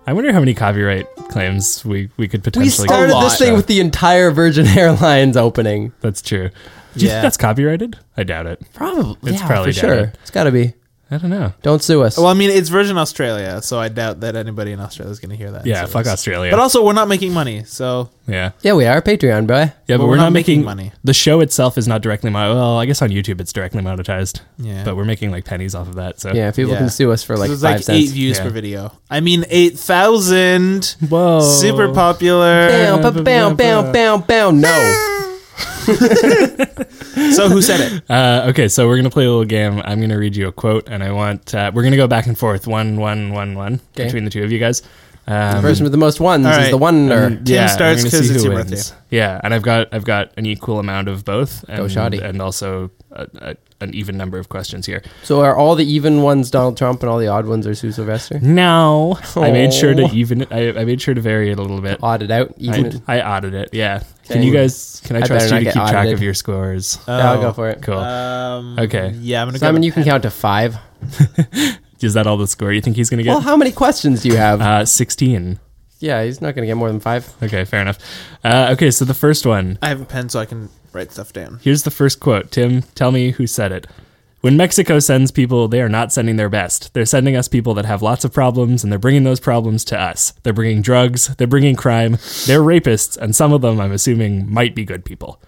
Speaker 3: I wonder how many copyright claims we, we could
Speaker 2: we
Speaker 3: potentially
Speaker 2: started
Speaker 1: lot.
Speaker 2: this thing with the entire Virgin [LAUGHS] Airlines opening.
Speaker 3: That's true. Do you
Speaker 1: Yeah.
Speaker 3: think that's copyrighted? I doubt it.
Speaker 2: Probably,
Speaker 3: It's
Speaker 2: yeah,
Speaker 3: probably
Speaker 2: for sure.
Speaker 3: dead.
Speaker 2: It's got to be.
Speaker 3: I don't know.
Speaker 2: Don't sue us.
Speaker 1: Well, I mean, it's Virgin Australia, so I doubt that anybody in Australia is going to hear that.
Speaker 3: Yeah,
Speaker 1: so
Speaker 3: fuck
Speaker 1: it's-
Speaker 3: Australia.
Speaker 1: But also, we're not making money, so
Speaker 3: yeah.
Speaker 2: yeah, we are Patreon, boy.
Speaker 3: Yeah, but,
Speaker 1: Well,
Speaker 3: we're, not, making,
Speaker 1: money.
Speaker 3: The show itself is not directly monetized. Well, I guess on YouTube it's directly monetized.
Speaker 1: Yeah.
Speaker 3: But we're making like pennies off of that. So
Speaker 2: Yeah, people
Speaker 1: Yeah.
Speaker 2: can sue us for like
Speaker 1: So it's
Speaker 2: five
Speaker 1: like eight
Speaker 2: cents.
Speaker 1: views
Speaker 3: Yeah.
Speaker 1: per video. I mean, eight
Speaker 2: [LAUGHS]
Speaker 1: thousand.
Speaker 3: Whoa.
Speaker 2: Oh.
Speaker 1: Super popular.
Speaker 2: Bow, bow, bow, bow, bow, bow. [LAUGHS] No.
Speaker 1: So who said it?
Speaker 3: Uh, okay, so we're gonna play a little game. I'm gonna read you a quote, and I want uh, we're gonna go back and forth, one, one, one, one,
Speaker 2: Okay.
Speaker 3: between the two of you guys. Um,
Speaker 2: person with the most ones
Speaker 1: All
Speaker 2: is
Speaker 1: right.
Speaker 2: the oneer.
Speaker 3: and-
Speaker 1: Tim
Speaker 3: and
Speaker 1: starts
Speaker 3: we're gonna
Speaker 1: 'cause
Speaker 3: see
Speaker 1: it's
Speaker 3: who
Speaker 1: your
Speaker 3: wins.
Speaker 1: birthday.
Speaker 3: Yeah, and I've got I've got an equal amount of both, and,
Speaker 2: shoddy.
Speaker 3: and also a, a, an even number of questions here.
Speaker 2: so are all the even ones Donald Trump and all the odd ones are Sue Sylvester?
Speaker 3: No, I made sure to
Speaker 2: Oh.
Speaker 3: even. I, I made sure to vary it a little bit.
Speaker 2: Odded out. Even.
Speaker 3: I, I audited it. Yeah. Can
Speaker 2: Okay.
Speaker 3: you guys? Can I
Speaker 2: I better
Speaker 3: trust you to
Speaker 2: not
Speaker 3: keep
Speaker 2: get
Speaker 3: track
Speaker 2: audited. Uh,
Speaker 3: of your scores?
Speaker 2: yeah, I'll go for it.
Speaker 3: Cool.
Speaker 1: Um,
Speaker 3: Okay.
Speaker 1: Yeah, I'm gonna
Speaker 2: Simon,
Speaker 1: go.
Speaker 2: you can count to five.
Speaker 3: Is that all the score you think he's gonna get?
Speaker 2: Well, how many questions do you have?
Speaker 3: uh, Sixteen.
Speaker 2: yeah, he's not going to get more than five.
Speaker 3: Okay, fair enough. Uh, okay, so the first one.
Speaker 1: I have a pen, so I can write stuff down.
Speaker 3: Here's the first quote. Tim, tell me who said it. When Mexico sends people, they are not sending their best. They're sending us people that have lots of problems, and they're bringing those problems to us. They're bringing drugs, they're bringing crime, they're rapists, and some of them, I'm assuming, might be good people.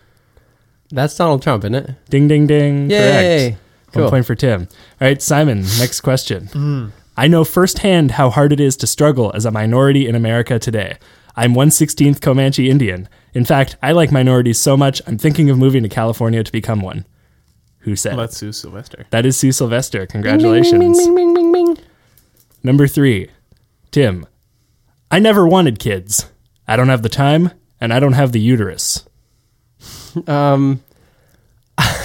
Speaker 2: That's Donald Trump, isn't it?
Speaker 3: Ding, ding, ding.
Speaker 2: Yay.
Speaker 3: Correct.
Speaker 2: Cool.
Speaker 3: One point for Tim. All right, Simon, next question. I know firsthand how hard it is to struggle as a minority in America today. I'm 116th Comanche Indian. In fact, I like minorities so much, I'm thinking of moving to California to become one. Who said? it?
Speaker 1: Let's do Sylvester.
Speaker 3: That is Sue Sylvester. Congratulations.
Speaker 2: Bing, bing, bing, bing, bing.
Speaker 3: Number three, Tim. I never wanted kids. I don't have the time, and I don't have the uterus.
Speaker 2: Um, [LAUGHS]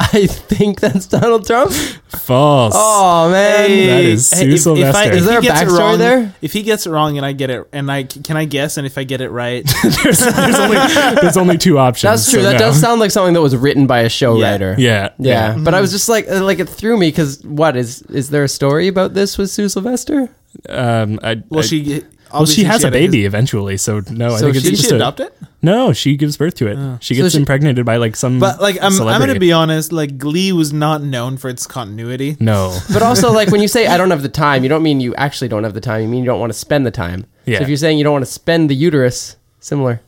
Speaker 2: I think that's Donald Trump.
Speaker 3: False.
Speaker 2: Oh, man.
Speaker 3: That is Sue Sylvester. Is
Speaker 2: there a
Speaker 1: he gets it
Speaker 2: backstory
Speaker 1: wrong-
Speaker 2: there?
Speaker 1: If he gets it wrong and I get it, and I can I guess, and if I get it
Speaker 3: [LAUGHS]
Speaker 1: right,
Speaker 3: [LAUGHS] There's, there's only, there's only two options.
Speaker 2: That's true.
Speaker 3: so
Speaker 2: that
Speaker 3: no.
Speaker 2: does sound like something that was written by a show
Speaker 1: Yeah.
Speaker 2: writer.
Speaker 3: [LAUGHS] Yeah.
Speaker 2: Yeah, but I was just like, like it threw me because what is is there a story about this with Sue Sylvester?
Speaker 3: Um, I,
Speaker 1: well,
Speaker 3: I-
Speaker 1: she
Speaker 3: well,
Speaker 1: obviously
Speaker 3: she has a
Speaker 1: had
Speaker 3: baby eventually, so no, I
Speaker 2: So
Speaker 3: think it's
Speaker 2: she-
Speaker 1: Did
Speaker 3: just
Speaker 1: she
Speaker 3: a-
Speaker 1: adopt it?
Speaker 3: No, she gives birth to it. She gets
Speaker 2: she-
Speaker 3: impregnated by like some.
Speaker 1: But like, I'm, I'm
Speaker 3: celebrity.
Speaker 1: gonna be honest. Like, Glee was not known for its continuity.
Speaker 3: No.
Speaker 2: But also, like when you say I don't have the time, you don't mean you actually don't have the time. You mean you don't want to spend the time.
Speaker 3: Yeah.
Speaker 2: So if you're saying you don't want to spend the uterus, similar.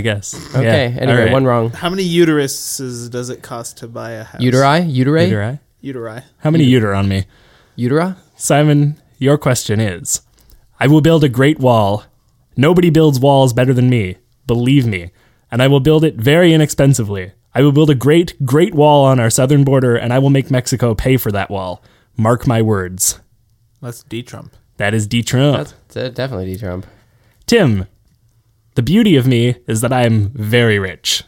Speaker 2: [LAUGHS]
Speaker 3: guess.
Speaker 2: Okay.
Speaker 3: Yeah.
Speaker 2: Anyway,
Speaker 3: All right.
Speaker 2: one wrong.
Speaker 1: How many uteruses does it cost to buy a house?
Speaker 2: Uteri, uterae, utera.
Speaker 3: Uteri?
Speaker 1: Uteri.
Speaker 3: How many uter on me? Simon, your question is I will build a great wall. Nobody builds walls better than me, believe me. And I will build it very inexpensively. I will build a great, great wall on our southern border, and I will make Mexico pay for that wall. Mark my words.
Speaker 1: That's D Trump.
Speaker 3: That is D. Trump.
Speaker 2: That's uh, definitely D Trump.
Speaker 3: Tim, the beauty of me is that I'm very rich.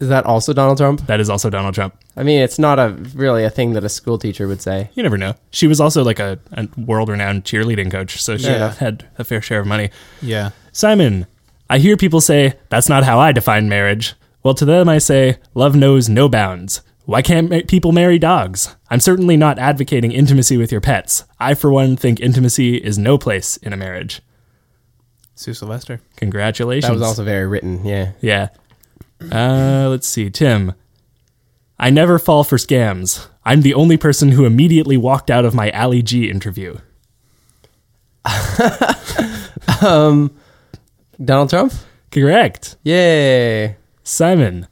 Speaker 2: Is that also Donald Trump?
Speaker 3: That is also Donald Trump.
Speaker 2: I mean, it's not a really a thing that a school teacher would say.
Speaker 3: You never know. She was also like a, a world renowned cheerleading coach, so she
Speaker 2: Yeah.
Speaker 3: had a fair share of money.
Speaker 1: Yeah.
Speaker 3: Simon, I hear people say, that's not how I define marriage. Well, to them, I say, love knows no bounds. Why can't ma- people marry dogs? I'm certainly not advocating intimacy with your pets. I, for one, think intimacy is no place in a marriage.
Speaker 1: Sue Sylvester.
Speaker 3: Congratulations.
Speaker 2: That was also very written. Yeah.
Speaker 3: Yeah. Uh, let's see, Tim. I never fall for scams. I'm the only person who immediately walked out of my Ali G interview.
Speaker 2: Donald Trump?
Speaker 3: Correct.
Speaker 2: Yay.
Speaker 3: Simon,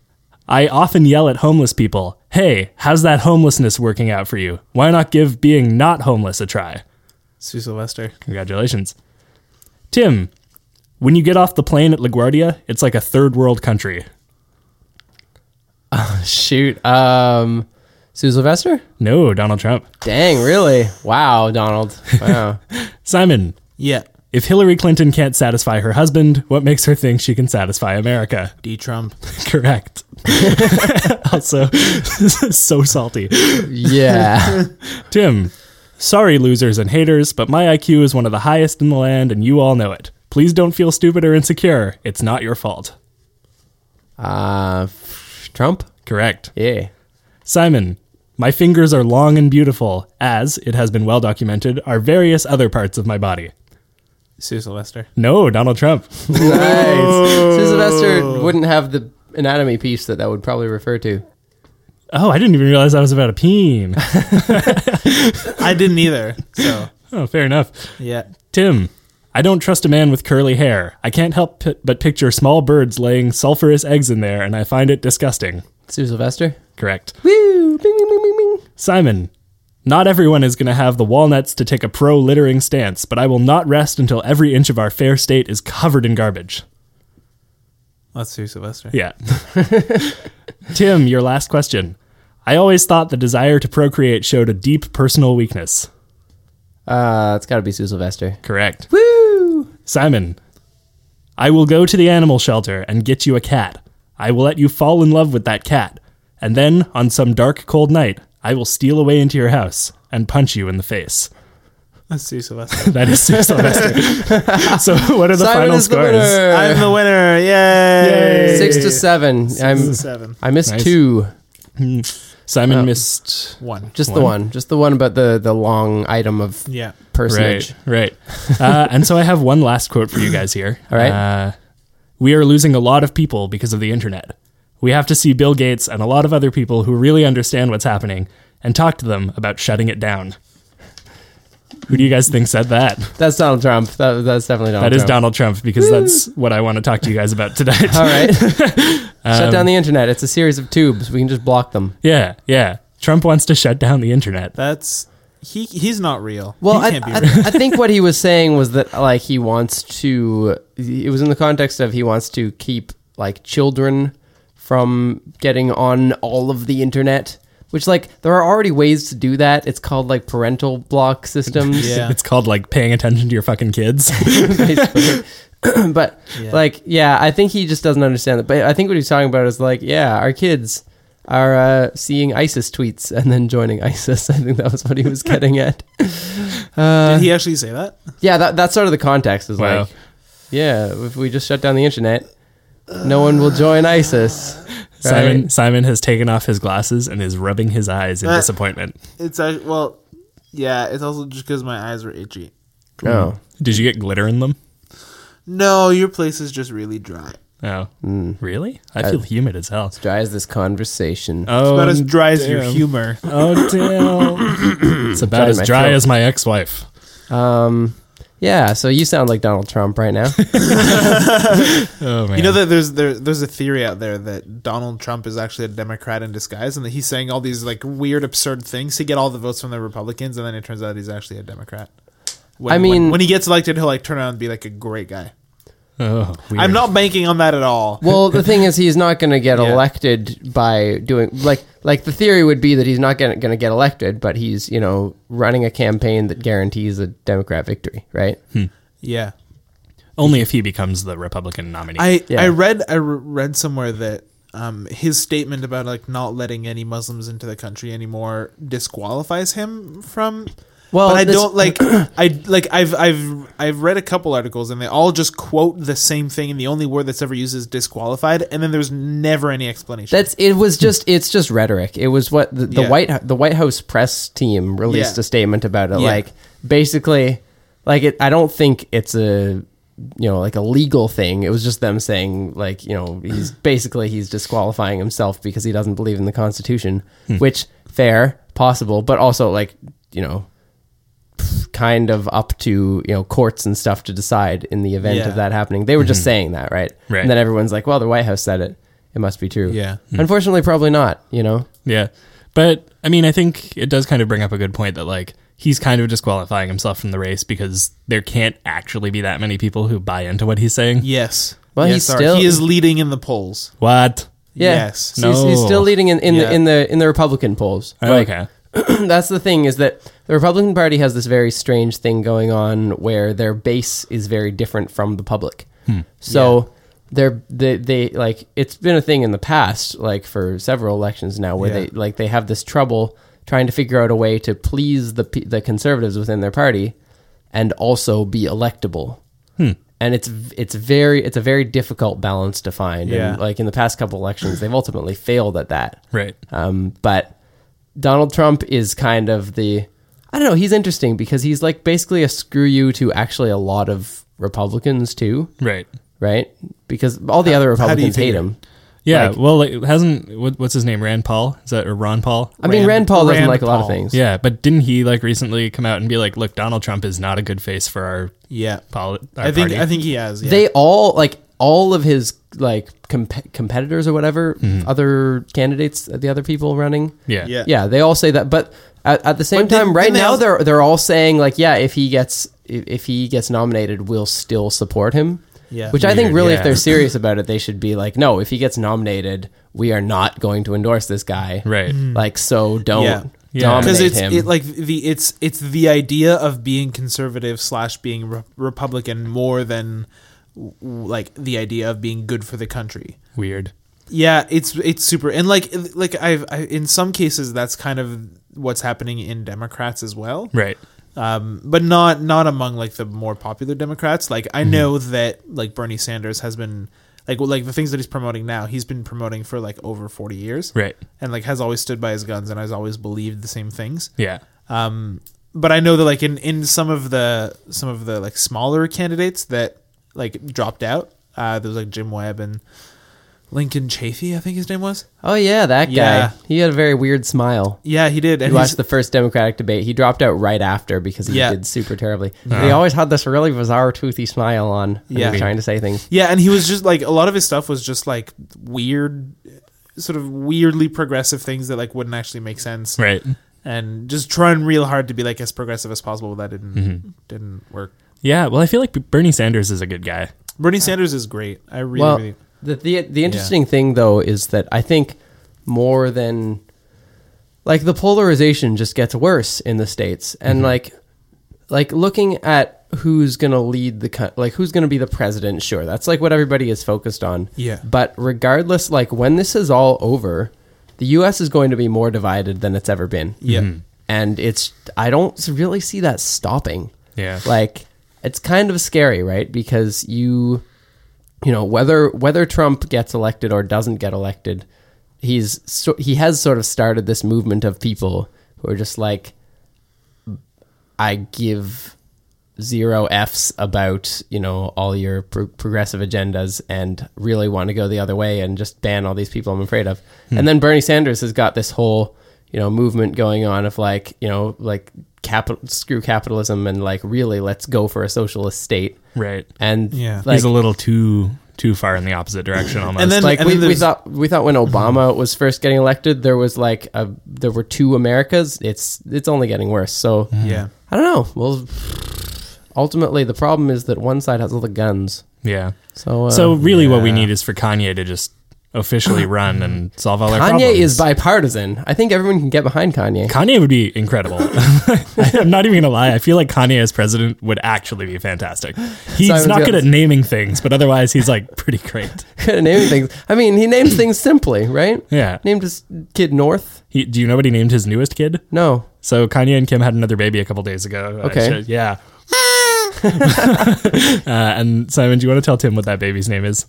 Speaker 3: I often yell at homeless people, hey, how's that homelessness working out for you? Why not give being not homeless a try?
Speaker 1: Sue Sylvester.
Speaker 3: Congratulations. Tim, when you get off the plane at LaGuardia, it's like a third world country.
Speaker 2: Shoot. Um Sue Sylvester?
Speaker 3: No, Donald Trump.
Speaker 2: Dang, really? Wow, Donald. [LAUGHS] Wow.
Speaker 3: Simon,
Speaker 1: Yeah.
Speaker 3: if Hillary Clinton can't satisfy her husband, what makes her think she can satisfy America?
Speaker 1: D Trump.
Speaker 3: Correct. [LAUGHS] also, [LAUGHS] so salty.
Speaker 2: yeah.
Speaker 3: Tim, sorry, losers and haters, but my IQ is one of the highest in the land, and you all know it. Please don't feel stupid or insecure. It's not your fault.
Speaker 2: Uh f- Trump?
Speaker 3: Correct.
Speaker 2: Yeah.
Speaker 3: Simon, my fingers are long and beautiful, as, it has been well documented, are various other parts of my body.
Speaker 1: Sue Sylvester.
Speaker 3: No, Donald Trump. [LAUGHS]
Speaker 2: Nice. Sue Sylvester wouldn't have the anatomy piece that that would probably refer to.
Speaker 3: Oh, I didn't even realize I was about a peen. [LAUGHS]
Speaker 1: I didn't either. So
Speaker 3: Oh, fair enough.
Speaker 1: yeah.
Speaker 3: Tim, I don't trust a man with curly hair. I can't help p- but picture small birds laying sulfurous eggs in there, and I find it disgusting.
Speaker 2: Sue Sylvester?
Speaker 3: Correct.
Speaker 2: Woo! Bing, bing, bing, bing, bing.
Speaker 3: Simon, not everyone is going to have the walnuts to take a pro littering stance, but I will not rest until every inch of our fair state is covered in garbage.
Speaker 1: That's Sue Sylvester.
Speaker 3: Yeah. [LAUGHS] Tim, your last question. I always thought the desire to procreate showed a deep personal weakness.
Speaker 2: Uh, it's got to be Sue Sylvester.
Speaker 3: Correct.
Speaker 2: Woo!
Speaker 3: Simon, I will go to the animal shelter and get you a cat. I will let you fall in love with that cat. And then, on some dark, cold night, I will steal away into your house and punch you in the face. [LAUGHS]
Speaker 1: That's Sue Sylvester.
Speaker 3: That is
Speaker 2: [LAUGHS]
Speaker 3: Sue Sylvester. so, what are the
Speaker 2: Simon
Speaker 3: final
Speaker 2: is the
Speaker 3: scores?
Speaker 2: winner.
Speaker 1: I'm the winner. Yay.
Speaker 3: Yay.
Speaker 2: Six to seven. I'm.
Speaker 1: This is seven.
Speaker 2: I missed
Speaker 3: Nice.
Speaker 2: two.
Speaker 3: Simon
Speaker 2: Oh.
Speaker 3: missed.
Speaker 1: One.
Speaker 2: Just the one. Just the one, but the the long item of
Speaker 1: Yeah.
Speaker 2: personage.
Speaker 3: Right, right. [LAUGHS] Uh, and so I have one last quote for you guys here.
Speaker 2: All right.
Speaker 3: Uh, we are losing a lot of people because of the internet. We have to see Bill Gates and a lot of other people who really understand what's happening and talk to them about shutting it down. Who do you guys think said that?
Speaker 2: That's Donald Trump. That, that's definitely Donald.
Speaker 3: That is
Speaker 2: Trump.
Speaker 3: Donald Trump because that's what I want to talk to you guys about tonight.
Speaker 2: All right. Shut
Speaker 3: Um,
Speaker 2: down the internet. It's a series of tubes. We can just block them.
Speaker 3: [LAUGHS] yeah, yeah. Trump wants to shut down the internet.
Speaker 1: That's he. He's not real.
Speaker 2: Well,
Speaker 1: he
Speaker 2: I,
Speaker 1: can't be
Speaker 2: I,
Speaker 1: real.
Speaker 2: I think
Speaker 1: [LAUGHS]
Speaker 2: what he was saying was that like he wants to. It was in the context of he wants to keep like children from getting on all of the internet, which like there are already ways to do that. It's called like parental
Speaker 1: [LAUGHS]
Speaker 2: block systems.
Speaker 1: Yeah.
Speaker 3: It's called like paying attention to your fucking kids.
Speaker 2: [LAUGHS]
Speaker 1: [LAUGHS]
Speaker 2: basically. [CLEARS THROAT] but
Speaker 1: Yeah.
Speaker 2: like, yeah, I think he just doesn't understand that. But I think what he's talking about is like, yeah, our kids are uh, seeing ISIS tweets and then joining ISIS. [LAUGHS] I think that was what he was getting at. Uh,
Speaker 1: Did he actually say that?
Speaker 2: yeah, that, that's sort of the context. Is
Speaker 3: Wow.
Speaker 2: like, yeah, if we just shut down the internet, no one will join ISIS.
Speaker 3: [LAUGHS] Simon
Speaker 2: Right.
Speaker 3: Simon has taken off his glasses and is rubbing his eyes in
Speaker 1: Uh,
Speaker 3: disappointment.
Speaker 1: It's uh, well, yeah. It's also just because my eyes were itchy.
Speaker 2: No.
Speaker 3: Did you get glitter in them?
Speaker 1: No, your place is just really dry.
Speaker 3: Oh, really? I feel humid as hell.
Speaker 2: Dry as this conversation.
Speaker 3: Oh,
Speaker 1: About as dry as your
Speaker 3: damn.
Speaker 1: humor.
Speaker 3: Oh, damn. it's about
Speaker 2: Dry
Speaker 3: as
Speaker 2: my
Speaker 3: dry
Speaker 2: throat.
Speaker 3: as my ex-wife.
Speaker 2: Um, yeah, so you sound like Donald Trump right
Speaker 3: [LAUGHS]
Speaker 2: now.
Speaker 3: Oh man.
Speaker 1: You know that there's there, there's a theory out there that Donald Trump is actually a Democrat in disguise, and that he's saying all these like weird, absurd things to get all the votes from the Republicans, and then it turns out he's actually a Democrat. When,
Speaker 2: I
Speaker 1: when-
Speaker 2: mean-
Speaker 1: when, he gets elected, he'll like turn around and be like a great guy.
Speaker 3: oh, weird.
Speaker 1: I'm not banking on that at all.
Speaker 2: Well, the thing is, he's not going to get
Speaker 1: Yeah.
Speaker 2: elected by doing like like the theory would be that he's not going to get elected, but he's you know running a campaign that guarantees a Democrat victory, right?
Speaker 1: Yeah,
Speaker 3: Only if he becomes the Republican nominee.
Speaker 1: I
Speaker 2: Yeah.
Speaker 1: I read I re- read somewhere that um, his statement about like not letting any Muslims into the country anymore disqualifies him from.
Speaker 2: Well,
Speaker 1: but I
Speaker 2: this-
Speaker 1: don't
Speaker 2: [CLEARS THROAT]
Speaker 1: like I like I've I've I've read a couple articles and they all just quote the same thing and the only word that's ever used is disqualified and then there's never any explanation.
Speaker 2: That's it was just it's just rhetoric. It was what the, the
Speaker 1: Yeah.
Speaker 2: white the White House press team released
Speaker 1: Yeah.
Speaker 2: a statement about it.
Speaker 1: Yeah.
Speaker 2: Like basically, like it, I don't think it's a you know like a legal thing. It was just them saying like you know
Speaker 1: [CLEARS THROAT]
Speaker 2: he's basically he's disqualifying himself because he doesn't believe in the Constitution,
Speaker 1: Hmm.
Speaker 2: which fair possible, but also like you know kind of up to you know courts and stuff to decide in the event
Speaker 1: Yeah. Mm-hmm.
Speaker 2: of that happening. They were just saying that, right?
Speaker 3: Right.
Speaker 2: And then everyone's like, "Well, the White House said it. It must be true."
Speaker 1: Yeah.
Speaker 2: Unfortunately, probably not. You know.
Speaker 3: Yeah. But I mean, I think it does kind of bring up a good point that like he's kind of disqualifying himself from the race because there can't actually be that many people who buy into what he's saying.
Speaker 1: yes.
Speaker 2: Well,
Speaker 1: yes,
Speaker 2: he's
Speaker 1: sorry.
Speaker 2: still-
Speaker 1: he is leading in the polls.
Speaker 3: What?
Speaker 2: Yeah.
Speaker 1: Yes.
Speaker 2: So he's, he's
Speaker 3: No.
Speaker 2: still leading in, in
Speaker 1: Yeah.
Speaker 2: the in the in the Republican polls. Like,
Speaker 3: Oh,
Speaker 2: [CLEARS THROAT]
Speaker 3: okay.
Speaker 2: that's the thing is that the Republican Party has this very strange thing going on where their base is very different from the public.
Speaker 1: Hmm.
Speaker 2: So they're they, they like it's been a thing in the past, like for several elections now, where
Speaker 1: Yeah.
Speaker 2: they like they have this trouble trying to figure out a way to please the pe- the conservatives within their party and also be electable.
Speaker 1: Hmm.
Speaker 2: And it's it's very it's a very difficult balance to find.
Speaker 1: Yeah.
Speaker 2: And like in the past couple elections, they've ultimately failed at that.
Speaker 3: Right.
Speaker 2: Um, but Donald Trump is kind of the I don't know. He's interesting because he's like basically a screw you to actually a lot of Republicans too,
Speaker 3: Right.
Speaker 2: right? Because all the other
Speaker 1: how do you
Speaker 2: Republicans hate
Speaker 1: figure?
Speaker 2: him.
Speaker 3: Yeah.
Speaker 2: Like-
Speaker 3: well, like, hasn't what, what's his name? Rand Paul? Is that or Ron Paul?
Speaker 2: I mean,
Speaker 1: Rand-
Speaker 2: Rand Paul doesn't
Speaker 1: Rand
Speaker 2: like a lot of
Speaker 1: Paul.
Speaker 2: things.
Speaker 3: yeah, but didn't he like recently come out and be like, "Look, Donald Trump is not a good face for our
Speaker 1: Yeah.
Speaker 3: poli- our
Speaker 1: I think
Speaker 3: party."
Speaker 1: I think he has. Yeah.
Speaker 2: They all like all of his like comp- competitors or whatever, other candidates, the other people running.
Speaker 3: yeah.
Speaker 1: Mm-hmm. Yeah.
Speaker 2: yeah, they all say that. But at, at the same
Speaker 1: But then-
Speaker 2: time, right
Speaker 1: then they
Speaker 2: now
Speaker 1: also-
Speaker 2: they're they're all saying like, yeah, if he gets if, if he gets nominated, we'll still support him.
Speaker 1: Yeah.
Speaker 2: which I think
Speaker 3: Weird,
Speaker 2: really,
Speaker 3: yeah. [LAUGHS]
Speaker 2: if they're serious about it, they should be like, no, if he gets nominated, we are not going to endorse this guy.
Speaker 3: Right.
Speaker 2: Like, so don't
Speaker 1: Hmm. Yeah.
Speaker 3: Yeah.
Speaker 2: dominate
Speaker 1: because it's
Speaker 2: him.
Speaker 1: it, like the it's it's the idea of being conservative slash being re- Republican more than w- like the idea of being good for the country.
Speaker 3: Weird.
Speaker 1: Yeah, it's it's super and like like I've I, in some cases that's kind of what's happening in Democrats as well,
Speaker 3: Right.
Speaker 1: um, but not not among like the more popular Democrats. Like I know that like Bernie Sanders has been like well, like the things that he's promoting now, he's been promoting for like over forty years,
Speaker 3: Right.
Speaker 1: And like has always stood by his guns and has always believed the same things.
Speaker 3: Yeah.
Speaker 1: Um, but I know that like in, in some of the some of the like smaller candidates that like dropped out, uh, there was like Jim Webb and Lincoln Chafee, I think his name was.
Speaker 2: oh yeah, that guy.
Speaker 1: Yeah.
Speaker 2: He had a very weird smile.
Speaker 1: Yeah, he did. And
Speaker 2: You watched
Speaker 1: he's,
Speaker 2: the first Democratic debate. He dropped out right after because he
Speaker 1: Yeah.
Speaker 2: did super terribly.
Speaker 3: Uh-huh.
Speaker 2: He always had this really bizarre toothy smile on. when he was
Speaker 1: Yeah.
Speaker 2: trying to say things.
Speaker 1: yeah, and he was just like a lot of his stuff was just like weird, sort of weirdly progressive things that like wouldn't actually make sense,
Speaker 3: Right.
Speaker 1: and just trying real hard to be like as progressive as possible. But that didn't didn't work.
Speaker 3: Yeah. Well, I feel like Bernie Sanders is a good guy.
Speaker 1: Bernie Sanders is great. I really,
Speaker 2: well,
Speaker 1: really
Speaker 2: the the the interesting thing though is that I think more than like the polarization just gets worse in the states, and
Speaker 1: Mm-hmm.
Speaker 2: like like looking at who's gonna lead the co- like who's gonna be the president. Sure, that's like what everybody is focused on.
Speaker 1: Yeah.
Speaker 2: but regardless, like when this is all over, the U.S. is going to be more divided than it's ever been.
Speaker 1: yeah.
Speaker 2: and it's I don't really see that stopping
Speaker 3: Yeah.
Speaker 2: like it's kind of scary right because you you know whether whether trump gets elected or doesn't get elected he's so, he has sort of started this movement of people who are just like i give zero f's about you know all your pro- progressive agendas and really want to go the other way and just ban all these people i'm afraid of
Speaker 1: Hmm.
Speaker 2: and then bernie sanders has got this whole you know movement going on of like you know like capital screw capitalism and like really let's go for a socialist state
Speaker 3: Right.
Speaker 2: and
Speaker 1: Yeah.
Speaker 2: like,
Speaker 3: He's a little too too far in the opposite direction almost.
Speaker 1: then-
Speaker 2: like we, we
Speaker 1: there's-
Speaker 2: thought we thought when Obama was first getting elected, there was like a there were two Americas. It's it's only getting worse. So
Speaker 1: [LAUGHS] Yeah.
Speaker 2: I don't know. Well, ultimately the problem is that one side has all the guns.
Speaker 3: yeah.
Speaker 2: So uh,
Speaker 3: So really, what we
Speaker 1: yeah.
Speaker 3: need is for Kanye to just
Speaker 1: [COUGHS]
Speaker 3: officially run and solve all our problems.
Speaker 2: Kanye is bipartisan. I think everyone can get behind Kanye. [LAUGHS]
Speaker 3: Kanye would be
Speaker 1: [LAUGHS]
Speaker 3: incredible. [LAUGHS] I'm not even gonna lie. I feel like Kanye as president would actually be
Speaker 2: [LAUGHS]
Speaker 3: fantastic. He's
Speaker 2: Simon's
Speaker 3: not
Speaker 2: got-
Speaker 3: good at naming things, but otherwise he's like pretty
Speaker 2: [LAUGHS]
Speaker 3: great.
Speaker 2: Could name things. I mean, he names things simply, right?
Speaker 3: Yeah.
Speaker 2: Named his kid North.
Speaker 3: He, do you know what he named his newest kid?
Speaker 2: No.
Speaker 3: So Kanye and Kim had another baby a couple days ago. Uh,
Speaker 2: Okay.
Speaker 3: so- yeah. [LAUGHS] uh, and Simon, do you want to tell Tim what that baby's name is?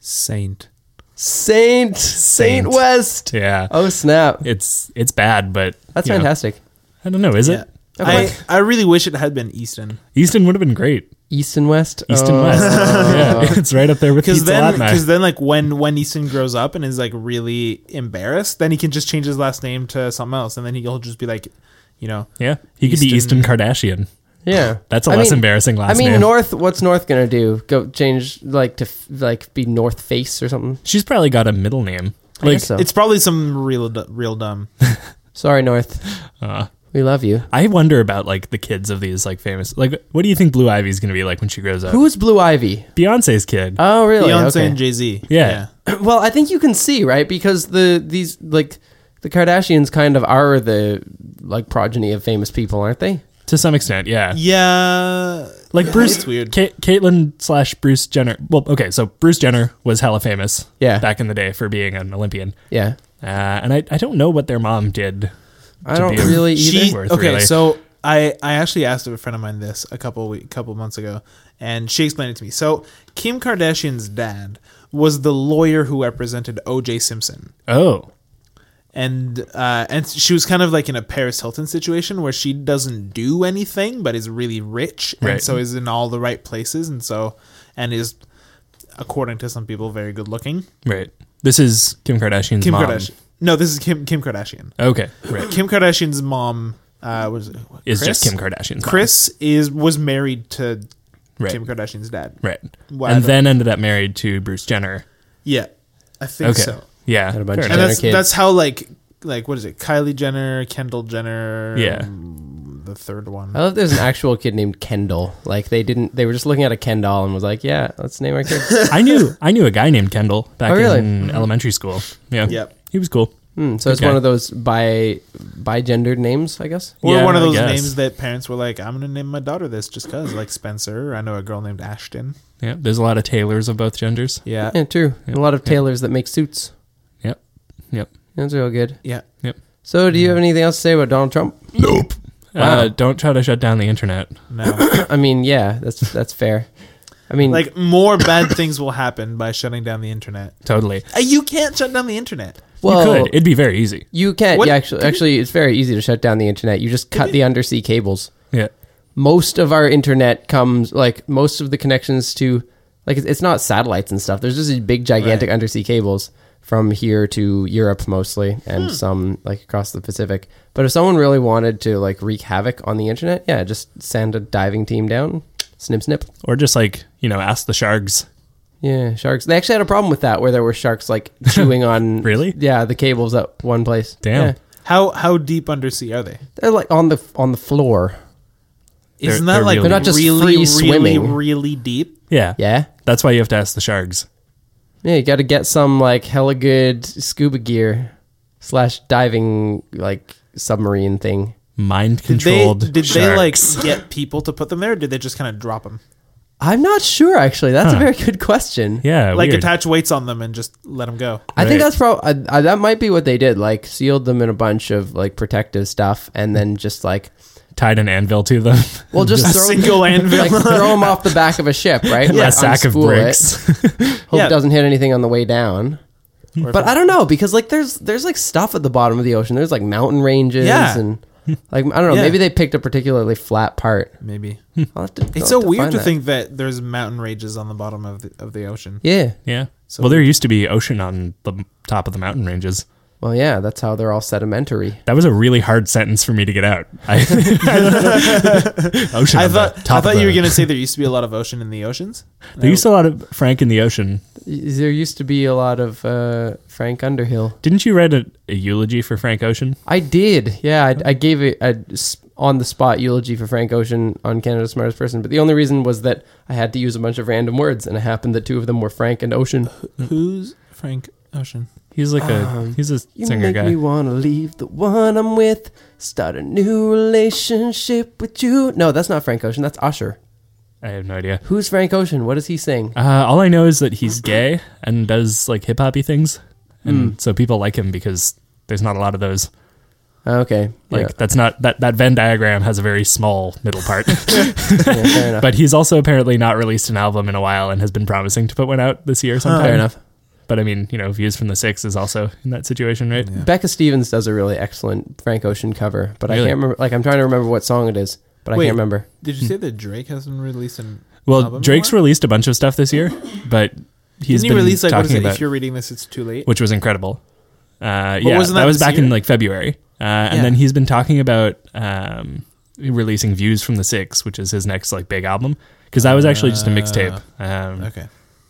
Speaker 1: Saint.
Speaker 2: Saint Saint,
Speaker 3: Saint.
Speaker 2: West.
Speaker 3: Yeah.
Speaker 2: Oh snap!
Speaker 3: It's it's bad, but
Speaker 2: That's
Speaker 3: you know,
Speaker 2: fantastic.
Speaker 3: I don't know. Is
Speaker 1: Yeah.
Speaker 3: it?
Speaker 1: I, I really wish it had been Easton
Speaker 3: Easton would have been great.
Speaker 2: East and West.
Speaker 3: East and
Speaker 2: Oh. [LAUGHS]
Speaker 3: West. yeah, it's right up there with
Speaker 1: because
Speaker 3: Pizza
Speaker 1: then
Speaker 3: Latte.
Speaker 1: because then like when when Easton grows up and is like really embarrassed, then he can just change his last name to something else, and then he'll just be like, you know,
Speaker 3: yeah, he could be
Speaker 1: Easton-
Speaker 3: Easton Kardashian.
Speaker 2: Yeah,
Speaker 3: That's a
Speaker 2: a
Speaker 3: less embarrassing last
Speaker 2: I mean,
Speaker 3: name.
Speaker 2: North. What's North gonna do? Go change like to f- like be North Face or something?
Speaker 3: She's probably got a middle name.
Speaker 2: I
Speaker 3: Like
Speaker 2: guess so.
Speaker 1: it's probably some real du- real dumb.
Speaker 2: Sorry, North.
Speaker 3: Uh.
Speaker 2: we love you.
Speaker 3: I wonder about like the kids of these like famous. Like, what do you think Blue Ivy's gonna be like when she grows up?
Speaker 2: Who's Blue Ivy?
Speaker 3: Beyonce's kid.
Speaker 2: Oh, really?
Speaker 1: Beyonce
Speaker 2: Okay.
Speaker 1: and Jay Z.
Speaker 3: Yeah.
Speaker 2: well, I think you can see right because the these like the Kardashians kind of are the like progeny of famous people, aren't they?
Speaker 3: to some extent, yeah.
Speaker 1: yeah,
Speaker 3: Like Bruce,
Speaker 1: It's weird.
Speaker 3: Ka- Caitlyn slash Bruce Jenner. Well, okay, so Bruce Jenner was hella famous.
Speaker 2: Yeah.
Speaker 3: back in the day for being an Olympian.
Speaker 2: Yeah.
Speaker 3: Uh, and I, I don't know what their mom did.
Speaker 2: I
Speaker 3: To
Speaker 2: don't
Speaker 3: be a-
Speaker 2: really either.
Speaker 1: She,
Speaker 3: Worth,
Speaker 1: okay,
Speaker 3: really.
Speaker 1: so I I actually asked a friend of mine this a couple week, couple months ago, and she explained it to me. So Kim Kardashian's dad was the lawyer who represented O.J. Simpson.
Speaker 3: Oh,
Speaker 1: and uh, and she was kind of like in a Paris Hilton situation where she doesn't do anything but is really rich and
Speaker 3: Right.
Speaker 1: so is in all the right places and so and is according to some people very good looking.
Speaker 3: right. This is Kim Kardashian's
Speaker 1: Kim
Speaker 3: mom.
Speaker 1: Kardashian. No, this is Kim Kim Kardashian.
Speaker 3: Okay, right.
Speaker 1: Kim Kardashian's mom uh, was what,
Speaker 3: Is
Speaker 1: Chris?
Speaker 3: just Kim Kardashian's mom.
Speaker 1: Chris is was married to
Speaker 3: Right.
Speaker 1: Kim Kardashian's dad.
Speaker 3: Right.
Speaker 1: Wow,
Speaker 3: and
Speaker 1: that-
Speaker 3: then ended up married to Bruce Jenner.
Speaker 1: Yeah, I think
Speaker 3: Okay.
Speaker 1: so.
Speaker 3: Yeah.
Speaker 2: Had a bunch
Speaker 3: fair
Speaker 1: And
Speaker 2: of
Speaker 3: enough.
Speaker 2: Jenner
Speaker 1: that's
Speaker 2: kids.
Speaker 1: that's how like like what is it? Kylie Jenner, Kendall Jenner.
Speaker 3: Yeah. Oh,
Speaker 1: um, the third one.
Speaker 2: I love there's an actual kid named Kendall. Like they didn't they were just looking at a Ken doll and was like, Yeah, let's name our kid.
Speaker 3: [LAUGHS] I knew I knew a guy named Kendall back
Speaker 2: Oh, really?
Speaker 3: in elementary school. Yeah.
Speaker 1: Yep.
Speaker 3: He was cool.
Speaker 2: Hmm, so it's
Speaker 3: Okay.
Speaker 2: one of those bi bi gendered names, I guess.
Speaker 1: Or
Speaker 3: Yeah,
Speaker 1: one of
Speaker 3: I
Speaker 1: those
Speaker 3: guess.
Speaker 1: names that parents were like, I'm going to name my daughter this just because. Like Spencer. I know a girl named Ashton.
Speaker 3: Yeah. There's a lot of tailors of both genders.
Speaker 1: Yeah.
Speaker 2: Yeah, true.
Speaker 3: Yeah.
Speaker 2: A lot of tailors that make suits.
Speaker 3: Yep. Yep.
Speaker 2: That's real good.
Speaker 1: Yeah.
Speaker 2: So do you have anything else to say about Donald Trump? [CLEARS THROAT]
Speaker 3: Nope.
Speaker 2: Wow.
Speaker 3: Uh, don't try to shut down the internet.
Speaker 1: No. [COUGHS]
Speaker 2: I mean, yeah, that's that's fair. I mean
Speaker 1: like, more bad things will happen by shutting down the internet.
Speaker 3: Totally.
Speaker 1: Uh, You can't shut down the internet.
Speaker 2: well
Speaker 3: you could. It'd be very easy.
Speaker 2: you can't
Speaker 1: What-
Speaker 2: yeah, actually actually it's very easy to shut down the internet. You just cut the undersea cables.
Speaker 3: Yeah.
Speaker 2: most of our internet comes like most of the connections to like it's- it's not satellites and stuff there's just these big gigantic undersea cables from here to europe mostly
Speaker 3: Hmm.
Speaker 2: and some like across the pacific but if someone really wanted to like wreak havoc on the internet yeah just send a diving team down snip snip
Speaker 3: Or just like, you know, ask the sharks.
Speaker 2: yeah sharks they actually had a problem with that where there were sharks
Speaker 3: [LAUGHS]
Speaker 2: like chewing on
Speaker 3: Really?
Speaker 2: yeah the cables at one place
Speaker 3: Damn.
Speaker 2: Yeah.
Speaker 1: How how deep undersea are they?
Speaker 2: they're like on the on the floor
Speaker 3: They're-
Speaker 1: Isn't
Speaker 3: they're
Speaker 1: that like
Speaker 3: really They're not
Speaker 2: just
Speaker 1: really,
Speaker 2: free
Speaker 1: really,
Speaker 2: swimming.
Speaker 1: really deep?
Speaker 3: Yeah.
Speaker 2: yeah
Speaker 3: That's why you have to ask the sharks.
Speaker 2: Yeah, you got to get some like hella good scuba gear slash diving like submarine thing.
Speaker 3: Mind
Speaker 1: Did
Speaker 3: controlled.
Speaker 1: they did
Speaker 3: sharks.
Speaker 1: they like get people to put them there? Or did they just kind of drop them?
Speaker 2: I'm not sure actually. That's
Speaker 3: Huh.
Speaker 2: a very good question.
Speaker 3: Yeah.
Speaker 1: like
Speaker 3: weird.
Speaker 1: attach weights on them and just let them go.
Speaker 2: I think
Speaker 3: Right.
Speaker 2: that's probably I, I, that might be what they did. Like sealed them in a bunch of like protective stuff, and then just like
Speaker 3: tied an anvil to them.
Speaker 2: [LAUGHS] well,
Speaker 3: [LAUGHS]
Speaker 2: just,
Speaker 1: A
Speaker 2: throw,
Speaker 1: single anvil.
Speaker 2: like throw them off the back of a ship, [LAUGHS] right?
Speaker 3: a
Speaker 2: Like,
Speaker 3: [LAUGHS] sack of
Speaker 2: unspool it.
Speaker 3: bricks. [LAUGHS]
Speaker 2: Hope
Speaker 1: Yeah.
Speaker 2: it doesn't hit anything on the way down.
Speaker 1: Or if
Speaker 2: But
Speaker 1: it-
Speaker 2: I don't know because like there's there's like stuff at the bottom of the ocean. There's like mountain ranges
Speaker 1: Yeah.
Speaker 2: and like I don't know.
Speaker 1: Yeah.
Speaker 2: Maybe they picked a particularly flat part.
Speaker 1: maybe
Speaker 2: [LAUGHS] I'll have to- I'll
Speaker 1: it's
Speaker 2: have
Speaker 1: so weird
Speaker 2: find
Speaker 1: to
Speaker 2: that.
Speaker 1: think that there's mountain ranges on the bottom of the, of the ocean.
Speaker 2: Yeah.
Speaker 3: Yeah. well, there used to be ocean on the m- top of the mountain ranges.
Speaker 2: Well, yeah, that's how they're all sedimentary.
Speaker 3: That was a really hard sentence for me to get out. [LAUGHS]
Speaker 1: [LAUGHS]
Speaker 3: I, ocean.
Speaker 1: I
Speaker 3: on
Speaker 1: thought
Speaker 3: the top
Speaker 1: I thought
Speaker 3: of
Speaker 1: you were
Speaker 3: the-
Speaker 1: gonna say there used to be a lot of ocean in the oceans.
Speaker 3: [LAUGHS] There used to be a lot of Frank in the ocean.
Speaker 2: Y- There used to be a lot of uh, Frank Underhill.
Speaker 3: Didn't you write a, a eulogy for Frank Ocean?
Speaker 2: I did. Yeah, I, I gave a, a s- on the spot eulogy for Frank Ocean on Canada's Smartest Person, but the only reason was that I had to use a bunch of random words, and it happened that two of them were Frank and Ocean.
Speaker 1: Who's Frank Ocean.
Speaker 3: He's like a
Speaker 2: Um,
Speaker 3: he's a
Speaker 2: You
Speaker 3: singer
Speaker 2: make
Speaker 3: guy.
Speaker 2: me wanna leave the one I'm with, start a new relationship with you. No, that's not Frank Ocean. That's Usher.
Speaker 3: I have no idea.
Speaker 2: Who's Frank Ocean? What does he sing?
Speaker 3: Uh, all I know is that he's gay and does like hip hoppy things, and so people like him because there's not a lot of those.
Speaker 2: Oh, Okay,
Speaker 3: Like that's not that that Venn diagram has a very small middle part. [LAUGHS]
Speaker 2: yeah, yeah, fair enough.
Speaker 3: but he's also apparently not released an album in a while and has been promising to put one out this year sometime.
Speaker 2: fair enough.
Speaker 3: But I mean, you know, views from the six is also in that situation, right?
Speaker 2: Becca Stevens does a really excellent Frank Ocean cover, but I
Speaker 3: Really?
Speaker 2: can't remember. Like I'm trying to remember what song it is, but
Speaker 1: Wait.
Speaker 2: I can't remember.
Speaker 1: Did you say that Drake hasn't released an?
Speaker 3: Well,
Speaker 1: album
Speaker 3: Drake's
Speaker 1: anymore?
Speaker 3: released a bunch of stuff this year, but he's
Speaker 1: Didn't he
Speaker 3: been
Speaker 1: release like
Speaker 3: talking
Speaker 1: what is it?
Speaker 3: about
Speaker 1: If you're reading this, it's too late.
Speaker 3: which was incredible. Uh,
Speaker 1: But
Speaker 3: yeah,
Speaker 1: wasn't
Speaker 3: that,
Speaker 1: that
Speaker 3: was
Speaker 1: this
Speaker 3: back
Speaker 1: year?
Speaker 3: in like February, uh,
Speaker 1: Yeah.
Speaker 3: and then he's been talking about um, releasing "Views from the Six, which is his next like big album. Because that was actually just a mixtape, um,
Speaker 1: Okay.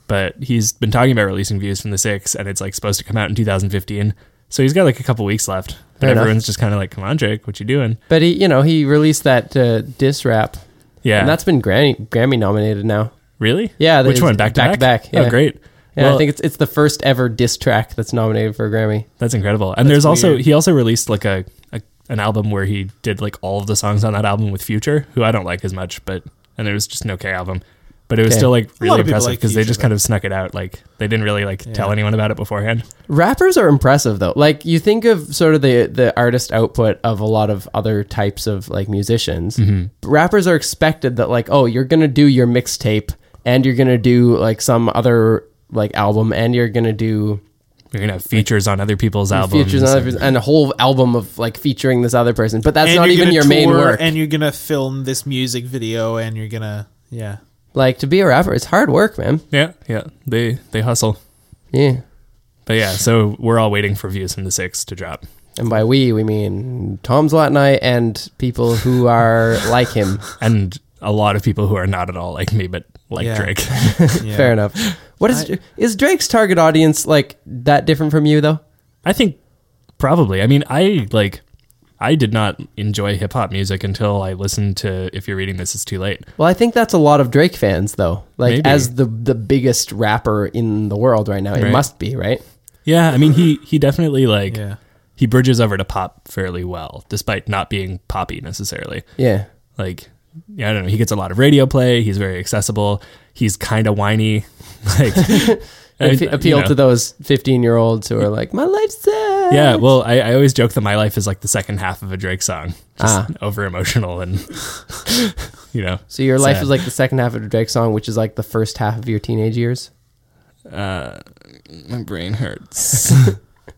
Speaker 3: but he's been talking about releasing "Views from the Six, and it's like supposed to come out in 2015. So he's got like a couple weeks left, but
Speaker 2: Fair enough.
Speaker 3: everyone's just kind of like, "Come on, Drake, what you doing?"
Speaker 2: But he, you know, he released that uh, diss rap,
Speaker 3: Yeah,
Speaker 2: and that's been Grammy Grammy nominated now.
Speaker 3: really.
Speaker 2: Yeah,
Speaker 3: which
Speaker 2: it's
Speaker 3: one? Back to back.
Speaker 2: back-to-back, yeah.
Speaker 3: Oh, great.
Speaker 2: Yeah,
Speaker 3: Well-
Speaker 2: I think it's it's the first ever diss track that's nominated for a Grammy.
Speaker 3: That's incredible. And
Speaker 1: That's
Speaker 3: there's also
Speaker 1: weird.
Speaker 3: he also released like a, a an album where he did like all of the songs on that album with Future, who I don't like as much, but and there was just no K album. But it was
Speaker 2: Okay.
Speaker 3: still like
Speaker 1: A lot
Speaker 3: really
Speaker 1: of people
Speaker 3: impressive
Speaker 1: like
Speaker 3: because they
Speaker 1: Future,
Speaker 3: just kind of snuck it out. Like they didn't really like tell anyone about it beforehand.
Speaker 2: Rappers are impressive though. Like you think of sort of the the artist output of a lot of other types of like musicians.
Speaker 1: Mm-hmm.
Speaker 2: Rappers are expected that like oh you're gonna do your mixtape and you're gonna do like some other like album and you're gonna do
Speaker 3: You're gonna have features on other people's albums.
Speaker 2: features and,
Speaker 3: and-
Speaker 2: other, and a whole album of like featuring this other person. But that's
Speaker 1: And
Speaker 2: not
Speaker 1: you're
Speaker 2: even
Speaker 1: gonna
Speaker 2: your main
Speaker 1: tour,
Speaker 2: work.
Speaker 1: And you're gonna film this music video, and you're gonna yeah.
Speaker 2: like to be a rapper, it's hard work, man.
Speaker 3: yeah, yeah. They they hustle.
Speaker 2: Yeah.
Speaker 3: But yeah, so we're all waiting for views from the six to drop.
Speaker 2: And by we, we mean Tom's lot and I and people who are like him.
Speaker 3: And a lot of people who are not at all like me, but like
Speaker 1: Yeah.
Speaker 3: Drake.
Speaker 1: yeah.
Speaker 2: Fair enough. What is
Speaker 1: I-
Speaker 2: is Drake's target audience like that different from you though?
Speaker 3: I think probably. I mean, I like I did not enjoy hip hop music until I listened to If You're Reading This It's Too Late.
Speaker 2: Well, I think that's a lot of Drake fans though. Like
Speaker 3: Maybe.
Speaker 2: as the the biggest rapper in the world right now, it
Speaker 3: Right.
Speaker 2: must be right.
Speaker 3: Yeah, I mean he he definitely like
Speaker 1: Yeah.
Speaker 3: he bridges over to pop fairly well, despite not being poppy necessarily.
Speaker 2: Yeah.
Speaker 3: Like yeah, I don't know, he gets a lot of radio play, he's very accessible, he's kinda whiny. [LAUGHS] Like I-
Speaker 2: [LAUGHS] Appe-
Speaker 3: you
Speaker 2: appeal
Speaker 3: know.
Speaker 2: to those fifteen year olds who are like, my life's sad.
Speaker 3: Yeah, well, I, I always joke that my life is like the second half of a Drake song,
Speaker 2: Ah.
Speaker 3: just over emotional and [LAUGHS] you know.
Speaker 2: So your life
Speaker 3: Sad.
Speaker 2: is like the second half of a Drake song, which is like the first half of your teenage years.
Speaker 3: Uh, my brain hurts.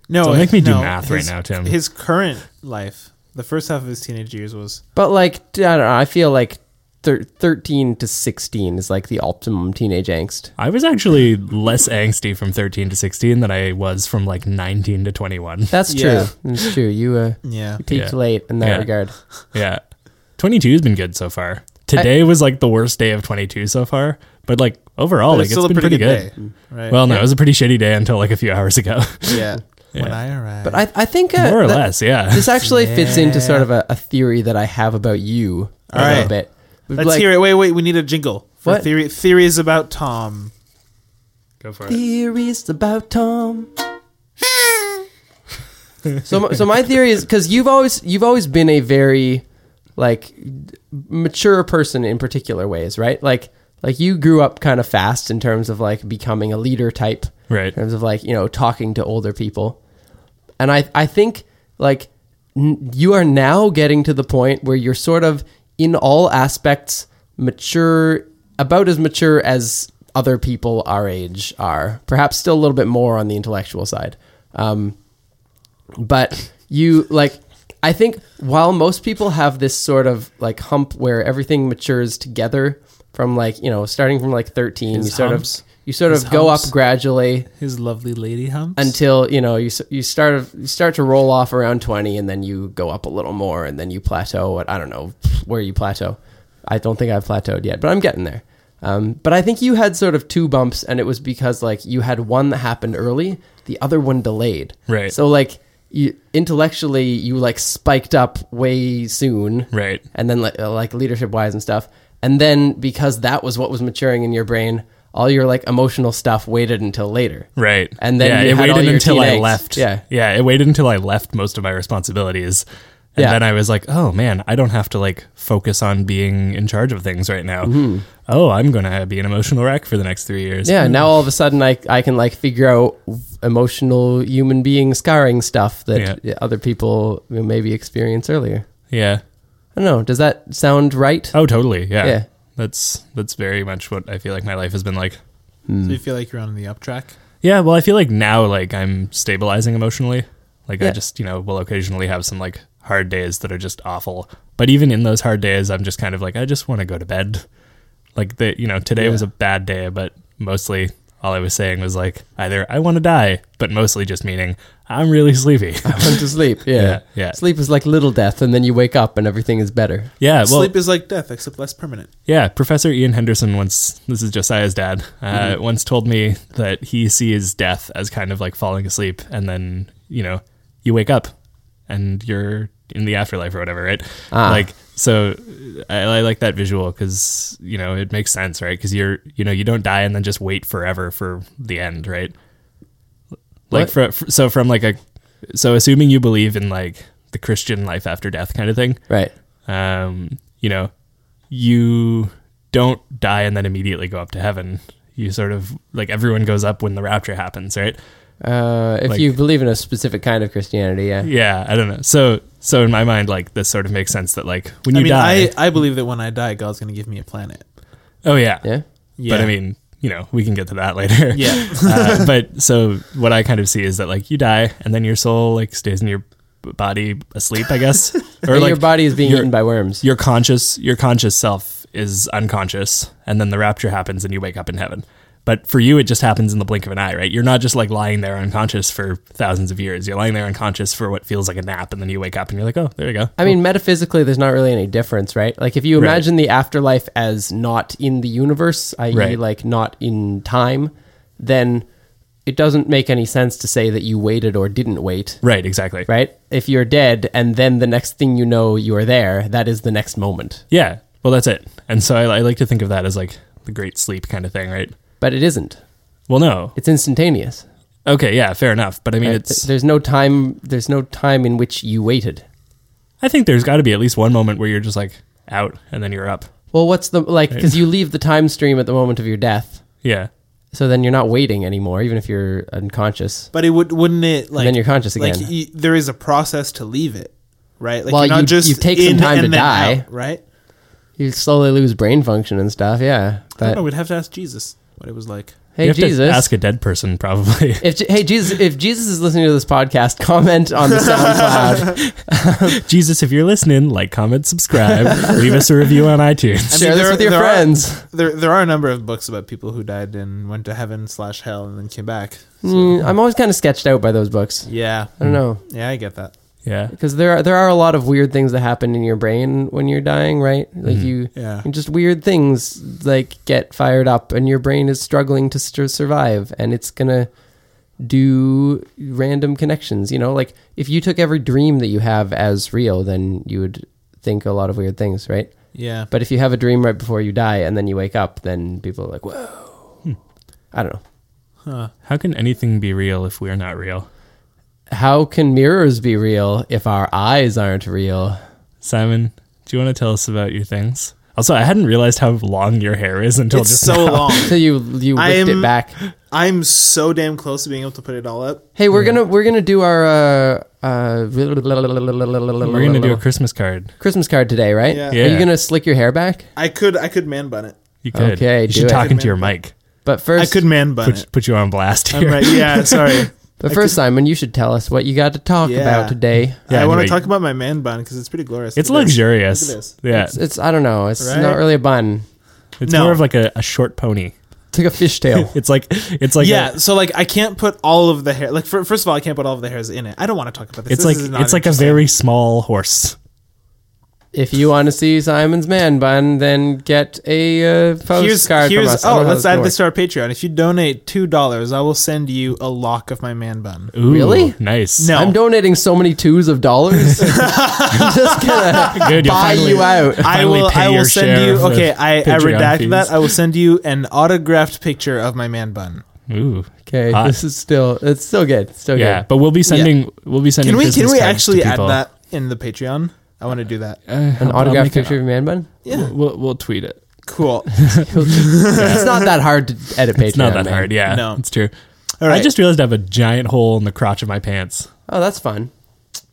Speaker 1: No,
Speaker 3: Don't make me do
Speaker 1: no,
Speaker 3: math right
Speaker 1: his-
Speaker 3: now, Tim.
Speaker 1: His current life, the first half of his teenage years was
Speaker 2: But like, d- I don't know. I feel like thir- thirteen to sixteen is like the optimum teenage angst.
Speaker 3: [LAUGHS] I was actually less angsty from 13 to 16 than I was from like 19 to 21.
Speaker 2: That's true.
Speaker 1: Yeah.
Speaker 2: It's true. You uh,
Speaker 1: yeah.
Speaker 2: you peaked
Speaker 3: Yeah.
Speaker 2: late in that
Speaker 3: Yeah.
Speaker 2: regard.
Speaker 3: [LAUGHS] Yeah. 22 has been good so far. Today was like the worst day of 22 so far, but like overall,
Speaker 1: But
Speaker 3: like
Speaker 1: it's still a
Speaker 3: been
Speaker 1: pretty,
Speaker 3: pretty,
Speaker 1: good,
Speaker 3: good.
Speaker 1: day, right?
Speaker 3: Well, no, it was a pretty shitty day until like a few hours ago. [LAUGHS]
Speaker 1: yeah.
Speaker 3: Yeah.
Speaker 1: When I arrived,
Speaker 2: But I, I think uh,
Speaker 3: More or
Speaker 2: that-
Speaker 1: [LAUGHS]
Speaker 3: less, yeah.
Speaker 2: This actually fits into
Speaker 1: Yeah.
Speaker 2: sort of a, a theory that I have about you a
Speaker 1: All right.
Speaker 2: little bit.
Speaker 1: let's hear it. Wait, wait, we need a jingle for
Speaker 2: What?
Speaker 1: theory theories about Tom.
Speaker 3: Go for
Speaker 2: Theories about
Speaker 1: [LAUGHS]
Speaker 2: Tom. so, my- so my theory is because you've always you've always been a very like mature person in particular ways, right? Like like you grew up kind of fast in terms of like becoming a leader type,
Speaker 3: Right.
Speaker 2: In terms of like you know talking to older people, and I I think like n- you are now getting to the point where you're sort of in all aspects mature, about as mature as other people our age are, perhaps still a little bit more on the intellectual side. Um, but you like i think while most people have this sort of like hump where everything matures together from like you know starting from like 13
Speaker 1: His
Speaker 2: you sort
Speaker 1: humps.
Speaker 2: of you sort
Speaker 1: His
Speaker 2: of go up
Speaker 1: humps.
Speaker 2: gradually
Speaker 1: His lovely lady humps.
Speaker 2: until you know you s- you start of- you start to roll off around 20 and then you go up a little more and then you plateau at i don't know where you plateau i don't think i've plateaued yet but i'm getting there um, but i think you had sort of two bumps and it was because like you had one that happened early the other one delayed
Speaker 3: Right.
Speaker 2: so like you intellectually you like spiked up way soon
Speaker 3: Right.
Speaker 2: and then like, uh, like leadership wise and stuff and then because that was what was maturing in your brain all your like emotional stuff waited until later.
Speaker 3: Right.
Speaker 2: And then
Speaker 3: yeah,
Speaker 2: you
Speaker 3: it
Speaker 2: had
Speaker 3: waited
Speaker 2: all your
Speaker 3: until
Speaker 2: teen
Speaker 3: I
Speaker 2: eggs.
Speaker 3: left.
Speaker 2: Yeah.
Speaker 3: Yeah, it waited until I left most of my responsibilities. And
Speaker 2: Yeah.
Speaker 3: then I was like, oh man, I don't have to like focus on being in charge of things right now. Oh, I'm going to be an emotional wreck for the next three years.
Speaker 2: Mm-hmm. Yeah, now all of a sudden I I can like figure out emotional human being scarring stuff that other people maybe experience earlier.
Speaker 3: Yeah.
Speaker 2: I don't know. Does that sound right?
Speaker 3: [LAUGHS] Oh, totally. Yeah.
Speaker 2: Yeah.
Speaker 3: That's that's very much what I feel like my life has been like.
Speaker 1: So
Speaker 3: Hmm.
Speaker 1: you feel like you're on the up track?
Speaker 3: Yeah, well, I feel like now like I'm stabilizing emotionally. Like I
Speaker 2: Yeah.
Speaker 3: just, you know, will occasionally have some like hard days that are just awful. But even in those hard days, I'm just kind of like I just want to go to bed. Like the, you know, today was a bad day, but mostly all I was saying was like either I want to die, but mostly just meaning I'm really
Speaker 1: [LAUGHS]
Speaker 3: sleepy.
Speaker 2: Come to sleep. Yeah.
Speaker 3: Yeah, yeah.
Speaker 2: Sleep is like little death, and then you wake up and everything is better.
Speaker 3: yeah, well,
Speaker 1: Sleep is like death, except less permanent.
Speaker 3: Yeah, Professor Ian Henderson once, this is Josiah's dad, uh,
Speaker 2: Mm-hmm.
Speaker 3: once told me that he sees death as kind of like falling asleep and then, you know, you wake up and you're in the afterlife or whatever, right?
Speaker 2: Ah.
Speaker 3: Like, so I, I like that visual because, you know, it makes sense, right? Because you're, you know, you don't die and then just wait forever for the end, right? Like,
Speaker 2: What?
Speaker 3: fro- fr so from like a, so assuming you believe in like the Christian life after death kind of thing,
Speaker 2: Right.
Speaker 3: um, you know, you don't die and then immediately go up to heaven. You sort of like everyone goes up when the rapture happens, right?
Speaker 2: Uh, if
Speaker 3: Like-
Speaker 2: you believe in a specific kind of Christianity, yeah.
Speaker 3: Yeah, I don't know. So, so in my mind, like this sort of makes sense that like when you
Speaker 1: I mean,
Speaker 3: die,
Speaker 1: I, I believe that when I die, God's going to give me a planet.
Speaker 3: oh yeah.
Speaker 2: Yeah.
Speaker 1: Yeah.
Speaker 3: but I mean, you know, we can get to that later.
Speaker 1: Yeah.
Speaker 3: [LAUGHS] uh, but so what I kind of see is that like you die and then your soul like stays in your b- body asleep,
Speaker 2: [LAUGHS]
Speaker 3: I guess, or
Speaker 2: And
Speaker 3: like
Speaker 2: your body is being
Speaker 3: your-
Speaker 2: eaten by worms.
Speaker 3: your conscious your conscious self is unconscious and then the rapture happens and you wake up in heaven but for you it just happens in the blink of an eye right you're not just like lying there unconscious for thousands of years you're lying there unconscious for what feels like a nap and then you wake up and you're like oh there you go
Speaker 2: I mean, metaphysically, there's not really any difference, right? Like, if you
Speaker 3: Right.
Speaker 2: imagine the afterlife as not in the universe, i.e.,
Speaker 3: Right.
Speaker 2: like not in time, then it doesn't make any sense to say that you waited or didn't wait,
Speaker 3: right exactly
Speaker 2: right? If you're dead and then the next thing you know you are there, that is the next moment.
Speaker 3: yeah well that's it and so I, I like to think of that as like the great sleep kind of thing right
Speaker 2: But it isn't.
Speaker 3: well no
Speaker 2: It's instantaneous.
Speaker 3: okay yeah fair enough but i mean
Speaker 2: right?
Speaker 3: it's
Speaker 2: There's no time. There's no time in which you waited.
Speaker 3: i think there's got to be at least one moment where you're just like out and then you're up
Speaker 2: Well, what's the like? Because you leave the time stream at the moment of your death,
Speaker 3: yeah
Speaker 2: so then you're not waiting anymore, even if you're unconscious.
Speaker 1: But it would wouldn't it like
Speaker 2: then you're conscious again.
Speaker 1: Like y there is a process to leave it, right? Like
Speaker 2: Well,
Speaker 1: you're not
Speaker 2: you-
Speaker 1: just
Speaker 2: you take some
Speaker 1: in
Speaker 2: time
Speaker 1: and
Speaker 2: to
Speaker 1: then
Speaker 2: die.
Speaker 1: out, right?
Speaker 2: You slowly lose brain function and stuff. Yeah,
Speaker 1: I don't know.
Speaker 2: but
Speaker 1: We'd have to ask Jesus what it was like.
Speaker 2: hey
Speaker 3: you have
Speaker 2: Jesus,
Speaker 3: to ask a dead person probably [LAUGHS]
Speaker 2: if Je- hey Jesus, if Jesus is listening to this podcast, [LAUGHS] comment on the SoundCloud,
Speaker 3: Jesus, if you're listening, like,
Speaker 1: [LAUGHS]
Speaker 3: comment, subscribe, leave us a review on iTunes.
Speaker 1: mean,
Speaker 2: share this
Speaker 1: there-
Speaker 2: with your
Speaker 1: there are-
Speaker 2: friends.
Speaker 1: There there are a number of books about people who died and went to heaven slash hell and then came back.
Speaker 2: Mm, I'm always kind of sketched out by those books.
Speaker 1: Yeah,
Speaker 2: I don't know
Speaker 1: yeah, I get that.
Speaker 3: Yeah.
Speaker 2: because there are, there are a lot of weird things that happen in your brain when you're dying, right? Like you.
Speaker 1: Yeah,
Speaker 2: And just weird things like get fired up, and your brain is struggling to st- survive, and it's gonna do random connections. You know, like if you took every dream that you have as real, then you would think a lot of weird things, right?
Speaker 1: yeah.
Speaker 2: But if you have a dream right before you die and then you wake up, then people are like, "Whoa!"
Speaker 1: Hmm.
Speaker 2: I don't know.
Speaker 1: Huh.
Speaker 3: How can anything be real if we're not real?
Speaker 2: How can mirrors be real if our eyes aren't real? [LAUGHS]
Speaker 3: Simon, do you want to tell us about your things? Also, I hadn't realized how long your hair is until
Speaker 1: It's
Speaker 3: just
Speaker 1: [LAUGHS] so
Speaker 3: now.
Speaker 1: long.
Speaker 2: So you you whipped it
Speaker 1: I'm-
Speaker 2: back.
Speaker 1: I'm so damn close to being able to put it all up.
Speaker 2: Hey, we're gonna we're gonna do our uh uh we're
Speaker 3: We're
Speaker 2: gonna
Speaker 3: going to do a Christmas card.
Speaker 2: [LAUGHS] Christmas card today, right?
Speaker 1: Yeah.
Speaker 2: Are
Speaker 3: Yeah.
Speaker 2: you gonna slick your hair back?
Speaker 1: I could I could man bun it.
Speaker 3: You could.
Speaker 2: Okay,
Speaker 3: you
Speaker 2: do
Speaker 3: should
Speaker 2: it.
Speaker 3: talk into your mic.
Speaker 2: But
Speaker 1: I
Speaker 2: first,
Speaker 1: could man bun
Speaker 3: Put,
Speaker 1: it.
Speaker 3: put you on blast
Speaker 1: I'm
Speaker 3: here.
Speaker 1: right. Yeah, sorry.
Speaker 2: but
Speaker 1: I
Speaker 2: first, Simon, you should tell us what you got to talk
Speaker 1: Yeah.
Speaker 2: about today.
Speaker 3: Yeah,
Speaker 1: I want
Speaker 3: anyway.
Speaker 1: to talk about my man bun because it's pretty glorious.
Speaker 3: [LAUGHS] It's
Speaker 1: Look at this.
Speaker 3: luxurious.
Speaker 1: Look at this.
Speaker 3: Yeah.
Speaker 2: It's,
Speaker 3: It's,
Speaker 2: it's I don't know. It's
Speaker 1: Right?
Speaker 2: not really a bun.
Speaker 1: No.
Speaker 3: more of like a, a short pony.
Speaker 2: It's like a
Speaker 1: [LAUGHS]
Speaker 2: fishtail.
Speaker 3: It's like, it's like,
Speaker 1: yeah,
Speaker 3: a,
Speaker 1: so like I can't put all of the hair. Like for, first of all, I can't put all of the hairs in it. I don't want to talk about this.
Speaker 3: it's
Speaker 1: This
Speaker 3: like,
Speaker 1: is not
Speaker 3: it's like a
Speaker 1: interesting.
Speaker 3: very small horse.
Speaker 2: If you want to see Simon's man bun, then get a uh, postcard from us. I
Speaker 1: oh,
Speaker 2: don't know how
Speaker 1: let's add
Speaker 2: gonna
Speaker 1: this to our Patreon. If you donate two dollars, I will send you a lock of my man bun.
Speaker 3: Ooh,
Speaker 2: Really?
Speaker 3: Nice.
Speaker 1: No.
Speaker 2: work. I'm donating so many twos
Speaker 1: [LAUGHS]
Speaker 2: of dollars. I'm just gonna
Speaker 3: [LAUGHS] Good. you'll
Speaker 2: buy
Speaker 3: finally-
Speaker 2: you
Speaker 3: [LAUGHS]
Speaker 2: out.
Speaker 1: I
Speaker 3: [LAUGHS] Finally
Speaker 1: will.
Speaker 3: pay
Speaker 1: I will
Speaker 3: your
Speaker 1: send
Speaker 3: share
Speaker 1: you.
Speaker 3: of the
Speaker 1: Okay, I, I
Speaker 3: Patreon
Speaker 1: redact
Speaker 3: fees.
Speaker 1: that. I will send you an autographed picture of my man bun.
Speaker 3: Ooh.
Speaker 2: Okay,
Speaker 3: Hot.
Speaker 2: this is still it's still good. It's still
Speaker 3: Uh, Yeah,
Speaker 2: good.
Speaker 3: but we'll be sending. We'll be sending.
Speaker 1: Can we? Can
Speaker 3: Christmas
Speaker 1: we
Speaker 3: cards
Speaker 1: actually
Speaker 3: to
Speaker 1: add
Speaker 3: people.
Speaker 1: that in the Patreon? I want to do that.
Speaker 3: Uh,
Speaker 2: An
Speaker 3: I'll
Speaker 2: autographed
Speaker 3: make it-
Speaker 2: picture of your man
Speaker 3: [LAUGHS]
Speaker 2: bun.
Speaker 1: Yeah,
Speaker 3: We'll, we'll tweet it. [LAUGHS]
Speaker 1: cool.
Speaker 2: It's not that hard to edit Patreon.
Speaker 3: It's not that
Speaker 2: man.
Speaker 3: hard. Yeah,
Speaker 1: No.
Speaker 3: it's true.
Speaker 1: All right.
Speaker 3: I just realized I have a giant hole in the crotch of my pants.
Speaker 2: Oh, that's fun.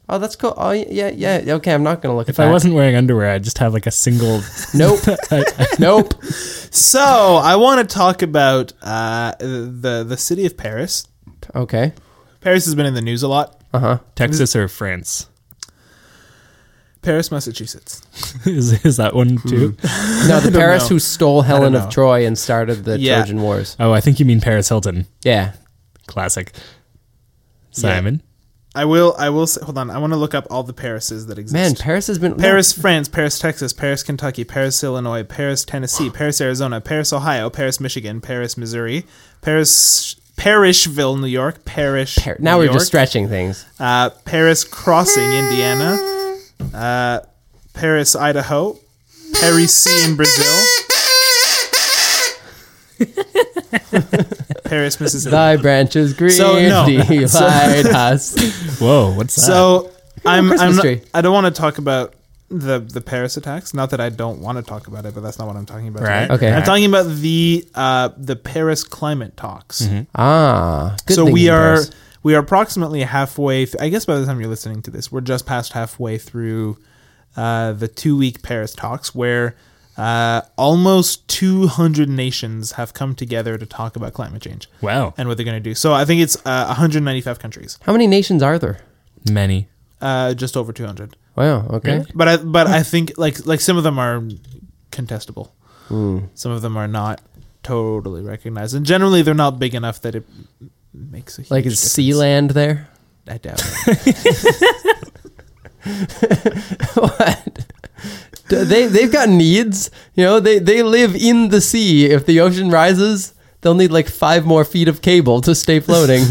Speaker 2: Oh, that's cool. Oh, yeah, yeah. yeah. Okay, I'm not gonna look
Speaker 3: If
Speaker 2: at that.
Speaker 3: I wasn't wearing underwear, I'd just have like a single.
Speaker 2: [LAUGHS]
Speaker 1: [LAUGHS]
Speaker 3: [LAUGHS]
Speaker 2: nope, [LAUGHS] nope.
Speaker 1: so I want to talk about uh, the the city of Paris.
Speaker 2: Okay.
Speaker 1: Paris has been in the news a lot.
Speaker 2: Uh
Speaker 3: [LAUGHS]
Speaker 2: huh.
Speaker 3: Texas or France? [LAUGHS]
Speaker 1: Paris, Massachusetts.
Speaker 3: Is, is that
Speaker 1: Hmm.
Speaker 3: one too?
Speaker 2: No, the Paris
Speaker 1: know.
Speaker 2: who stole Helen of
Speaker 1: know.
Speaker 2: Troy and started the
Speaker 1: Yeah.
Speaker 2: Trojan Wars.
Speaker 3: Oh, I think you mean Paris Hilton.
Speaker 2: Yeah.
Speaker 3: Classic. Simon.
Speaker 1: I will. I will. Say, hold on. I want to look up all the Parises that exist.
Speaker 2: Man, Paris has been
Speaker 1: Paris, France, Paris, Texas, Paris, Kentucky, Paris, Illinois, Paris, Tennessee, Paris, Arizona, Paris, Ohio, Paris, Michigan, Paris, Missouri, Paris, Parishville, New York, Parish.
Speaker 2: Par- now
Speaker 1: New
Speaker 2: we're
Speaker 1: York,
Speaker 2: just stretching things.
Speaker 1: Uh, Paris Crossing, Indiana, uh, Paris, Idaho, Paris Sea in
Speaker 2: [LAUGHS]
Speaker 1: Brazil, Paris, Mississippi.
Speaker 2: Thy branches
Speaker 1: [LAUGHS]
Speaker 2: green
Speaker 1: So, no.
Speaker 2: divide us.
Speaker 3: Whoa, what's that?
Speaker 1: So I'm,
Speaker 2: Uh, Christmas
Speaker 1: I'm not,
Speaker 2: tree.
Speaker 1: I don't want to talk about the the Paris attacks. Not that I don't want to talk about it, but that's not what I'm talking about.
Speaker 3: Right.
Speaker 1: today.
Speaker 2: Okay.
Speaker 1: I'm talking about the uh, the Paris climate talks.
Speaker 2: Ah, good
Speaker 1: So
Speaker 2: thing
Speaker 1: we
Speaker 2: in
Speaker 1: are
Speaker 2: Paris.
Speaker 1: we are approximately halfway. Th- I guess by the time you're listening to this, we're just past halfway through uh, the two week Paris talks, where uh, almost 200 nations have come together to talk about climate change
Speaker 3: wow,
Speaker 1: and what they're going to do. So I think it's uh, 195 countries,
Speaker 2: How many nations are there?
Speaker 3: many.
Speaker 1: uh, just over 200.
Speaker 2: Wow. Okay.
Speaker 3: Really?
Speaker 1: But I but I think like like some of them are contestable. Some of them are not totally recognized, and generally they're not big enough that it makes a huge
Speaker 2: Like is
Speaker 1: difference.
Speaker 2: sea land there? [LAUGHS]
Speaker 1: I doubt it.
Speaker 2: what? Do They they've got needs. You know, they they live in the sea. If the ocean rises, they'll need like five more feet of cable to stay
Speaker 1: [LAUGHS]
Speaker 2: floating.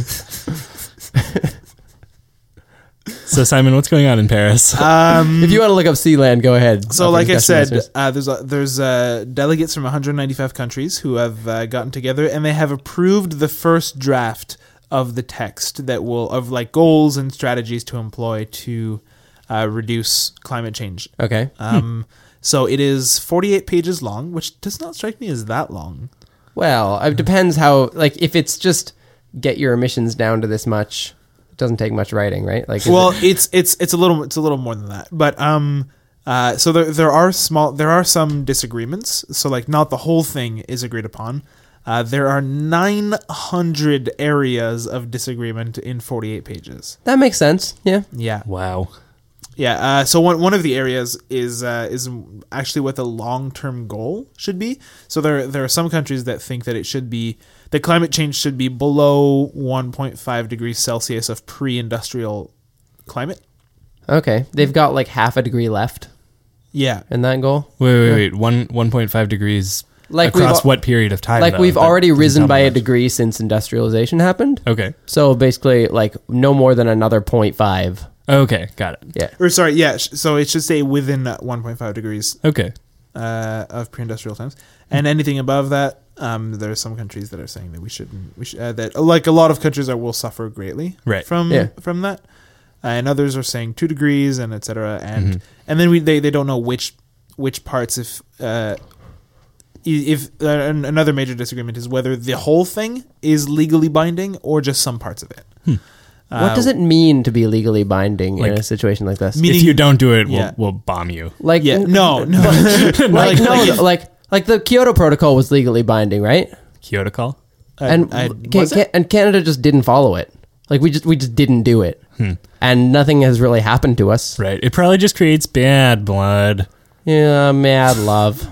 Speaker 3: So Simon, what's going on in Paris?
Speaker 1: Uh,
Speaker 2: if you want to look up sea land, go ahead.
Speaker 1: Um, So,
Speaker 2: Up
Speaker 1: like
Speaker 2: in
Speaker 1: I said,
Speaker 2: Disgusting
Speaker 1: uh, there's a, there's uh, delegates from 195 countries who have uh, gotten together and they have approved the first draft of the text that will of like goals and strategies to employ to uh, reduce climate change.
Speaker 2: Listeners. okay.
Speaker 1: Um, So it is 48 pages long, which does not strike me as that long.
Speaker 2: Well, uh, it depends how. Like, if it's just get your emissions down to this much, it doesn't take much writing, right? Like, is
Speaker 1: well,
Speaker 2: it-
Speaker 1: it's it's it's a little it's a little more than that. But um, uh, so there there are small there are some disagreements. So like not the whole thing is agreed upon. Uh, there are 900 areas of disagreement in 48 pages.
Speaker 2: that makes sense. Yeah.
Speaker 1: Yeah,
Speaker 3: [LAUGHS] wow,
Speaker 1: yeah. Uh, so one one of the areas is uh, is actually what the long term goal should be. So there there are some countries that think that it should be that climate change should be below 1.5 degrees Celsius of pre industrial climate.
Speaker 2: Okay. They've got like half a degree left
Speaker 1: Yeah,
Speaker 2: in that goal.
Speaker 3: wait, wait, wait. One one point five degrees.
Speaker 2: Like we've
Speaker 3: across
Speaker 2: al-
Speaker 3: what period of time?
Speaker 2: Like,
Speaker 3: though?
Speaker 2: we've
Speaker 3: That
Speaker 2: already
Speaker 3: doesn't
Speaker 2: risen
Speaker 3: tell
Speaker 2: by a
Speaker 3: me much.
Speaker 2: degree since industrialization happened.
Speaker 3: Okay.
Speaker 2: So basically, like, no more than another 0.5.
Speaker 3: Okay. Got it.
Speaker 2: Yeah.
Speaker 1: or sorry, yeah. sh- So it should say within uh, 1.5 degrees
Speaker 3: Okay.
Speaker 1: uh, of pre-industrial times, and anything above that, um, there are some countries that are saying that we shouldn't. We should, uh, that like a lot of countries are will suffer greatly
Speaker 3: Right.
Speaker 1: from
Speaker 2: Yeah.
Speaker 1: from that, uh, and others are saying two degrees and etc. And
Speaker 2: Mm-hmm.
Speaker 1: and then we they, they don't know which which parts if. Uh, i- if uh, an- another major disagreement is whether the whole thing is legally binding or just some parts of it,
Speaker 2: what does it mean to be legally binding in
Speaker 3: Like-
Speaker 2: a situation like this?
Speaker 1: Meaning-
Speaker 3: if you don't do it, we'll,
Speaker 1: Yeah.
Speaker 3: we'll bomb you.
Speaker 2: Like,
Speaker 1: yeah, no, no, [LAUGHS]
Speaker 2: [LAUGHS] Like,
Speaker 1: Like-
Speaker 2: no,
Speaker 1: like
Speaker 2: no,
Speaker 1: if-
Speaker 2: like, like the Kyoto Protocol was legally binding, right?
Speaker 3: Kyoto call.
Speaker 2: and
Speaker 1: I-
Speaker 2: Ca-
Speaker 1: was
Speaker 2: Ca-
Speaker 1: it?
Speaker 2: and Canada just didn't follow it. Like we just we just didn't do it,
Speaker 1: Hmm.
Speaker 2: and nothing has really happened to us.
Speaker 3: Right. It probably just creates bad blood
Speaker 2: Yeah, mad love.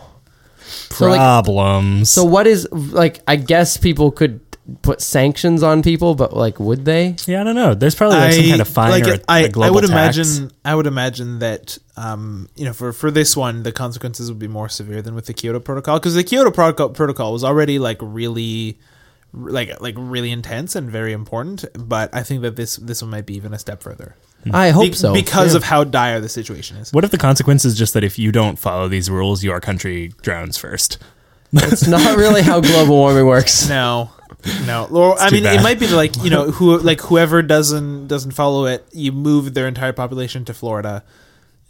Speaker 2: So like,
Speaker 3: problems.
Speaker 2: so what is like? I guess people could put sanctions on people, but like, would they?
Speaker 3: Yeah, I don't know. There's probably like Oh, some kind of fine
Speaker 1: like,
Speaker 3: or a,
Speaker 1: I,
Speaker 3: a global
Speaker 1: I would
Speaker 3: tax.
Speaker 1: imagine I would imagine that um, you know for, for this one the consequences would be more severe than with the Kyoto Protocol because the Kyoto Protocol, Protocol was already like really like like really intense and very important but I think that this this one might be even a step further
Speaker 2: I hope
Speaker 1: Hmm. Be-
Speaker 2: so.
Speaker 1: because
Speaker 2: Yeah.
Speaker 1: of how dire the situation is
Speaker 3: What if the consequence is just that if you don't follow these rules, your country
Speaker 2: [LAUGHS]
Speaker 3: drowns first?
Speaker 1: [LAUGHS]
Speaker 2: it's not really how global warming works.
Speaker 1: no no
Speaker 3: [LAUGHS]
Speaker 1: Laurel, I
Speaker 3: too
Speaker 1: mean it
Speaker 3: bad.
Speaker 1: might be like you know
Speaker 3: [LAUGHS]
Speaker 1: who like whoever doesn't doesn't follow it you move their entire population to Florida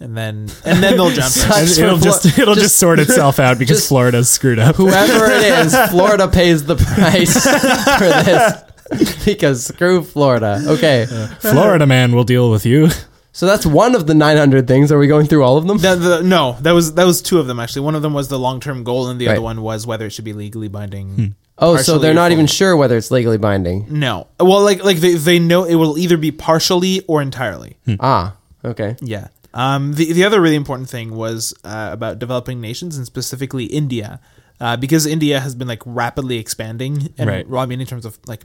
Speaker 1: and then and then they'll
Speaker 3: [LAUGHS]
Speaker 1: jump in.
Speaker 2: Such-
Speaker 3: And
Speaker 2: Just
Speaker 3: it'll
Speaker 2: for
Speaker 3: just
Speaker 2: Flo-
Speaker 3: it'll just,
Speaker 2: just-
Speaker 3: sort itself out because
Speaker 2: [LAUGHS] just-
Speaker 3: Florida's screwed up.
Speaker 2: Whoever it is, Florida pays the price [LAUGHS] for this because screw Florida. Okay,
Speaker 3: Florida man will deal with you.
Speaker 2: so that's one of the 900 things. Are we going through all of them?
Speaker 1: The, the, no, that was that was two of them actually. One of them was the long term goal, and the
Speaker 2: Right.
Speaker 1: other one was whether it should be legally binding.
Speaker 2: Oh, so
Speaker 1: partially
Speaker 2: they're
Speaker 1: or
Speaker 2: not even
Speaker 1: fully.
Speaker 2: sure whether it's legally binding.
Speaker 1: No, well, like like they, they know it will either be partially or entirely.
Speaker 2: Ah, okay.
Speaker 1: Yeah. Um, the, the other really important thing was uh, about developing nations and specifically India, uh, because India has been like rapidly expanding, and
Speaker 3: Right.
Speaker 1: well, I mean in terms of like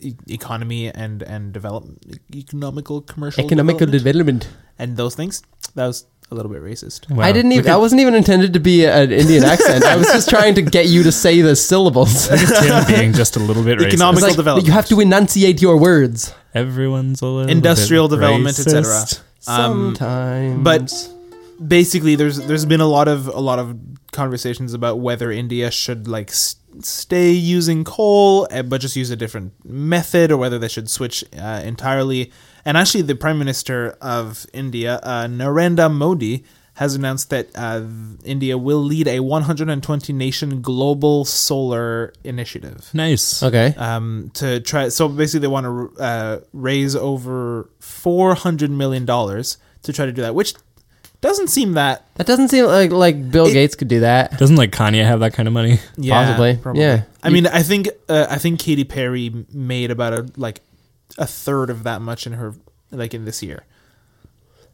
Speaker 1: e- economy and and develop economical commercial
Speaker 2: Economical
Speaker 1: development
Speaker 2: development.
Speaker 1: and those things. That was a little bit racist.
Speaker 3: Wow.
Speaker 2: I didn't
Speaker 3: We
Speaker 2: even. That wasn't even intended to be an
Speaker 3: [LAUGHS]
Speaker 2: Indian accent. I was just trying to get you to say the syllables. [LAUGHS] It's
Speaker 3: could- Tim being just a little bit racist.
Speaker 1: Economic-
Speaker 2: like,
Speaker 1: development.
Speaker 2: you have to enunciate your words
Speaker 3: Everyone's a little
Speaker 1: Industrial
Speaker 3: bit
Speaker 1: development,
Speaker 3: racist.
Speaker 1: etc. Um,
Speaker 2: sometimes.
Speaker 1: but basically there's there's been a lot of a lot of conversations about whether India should like s stay using coal eh, but just use a different method or whether they should switch uh, entirely. And actually, the Prime Minister of India, uh, Narendra Modi, has announced that uh, India will lead a 120 nation global solar initiative
Speaker 3: Nice.
Speaker 2: okay,
Speaker 1: um, to try. So basically, they want to uh, raise over four hundred million dollars to try to do that, which doesn't seem that
Speaker 2: that doesn't seem like like Bill
Speaker 1: It-
Speaker 2: Gates could do that.
Speaker 3: Doesn't like Kanye have that kind of [LAUGHS] money?
Speaker 1: yeah,
Speaker 2: Possibly, yeah.
Speaker 1: I mean, I think uh, I think Katy Perry made about a like a third of that much in her like in this year.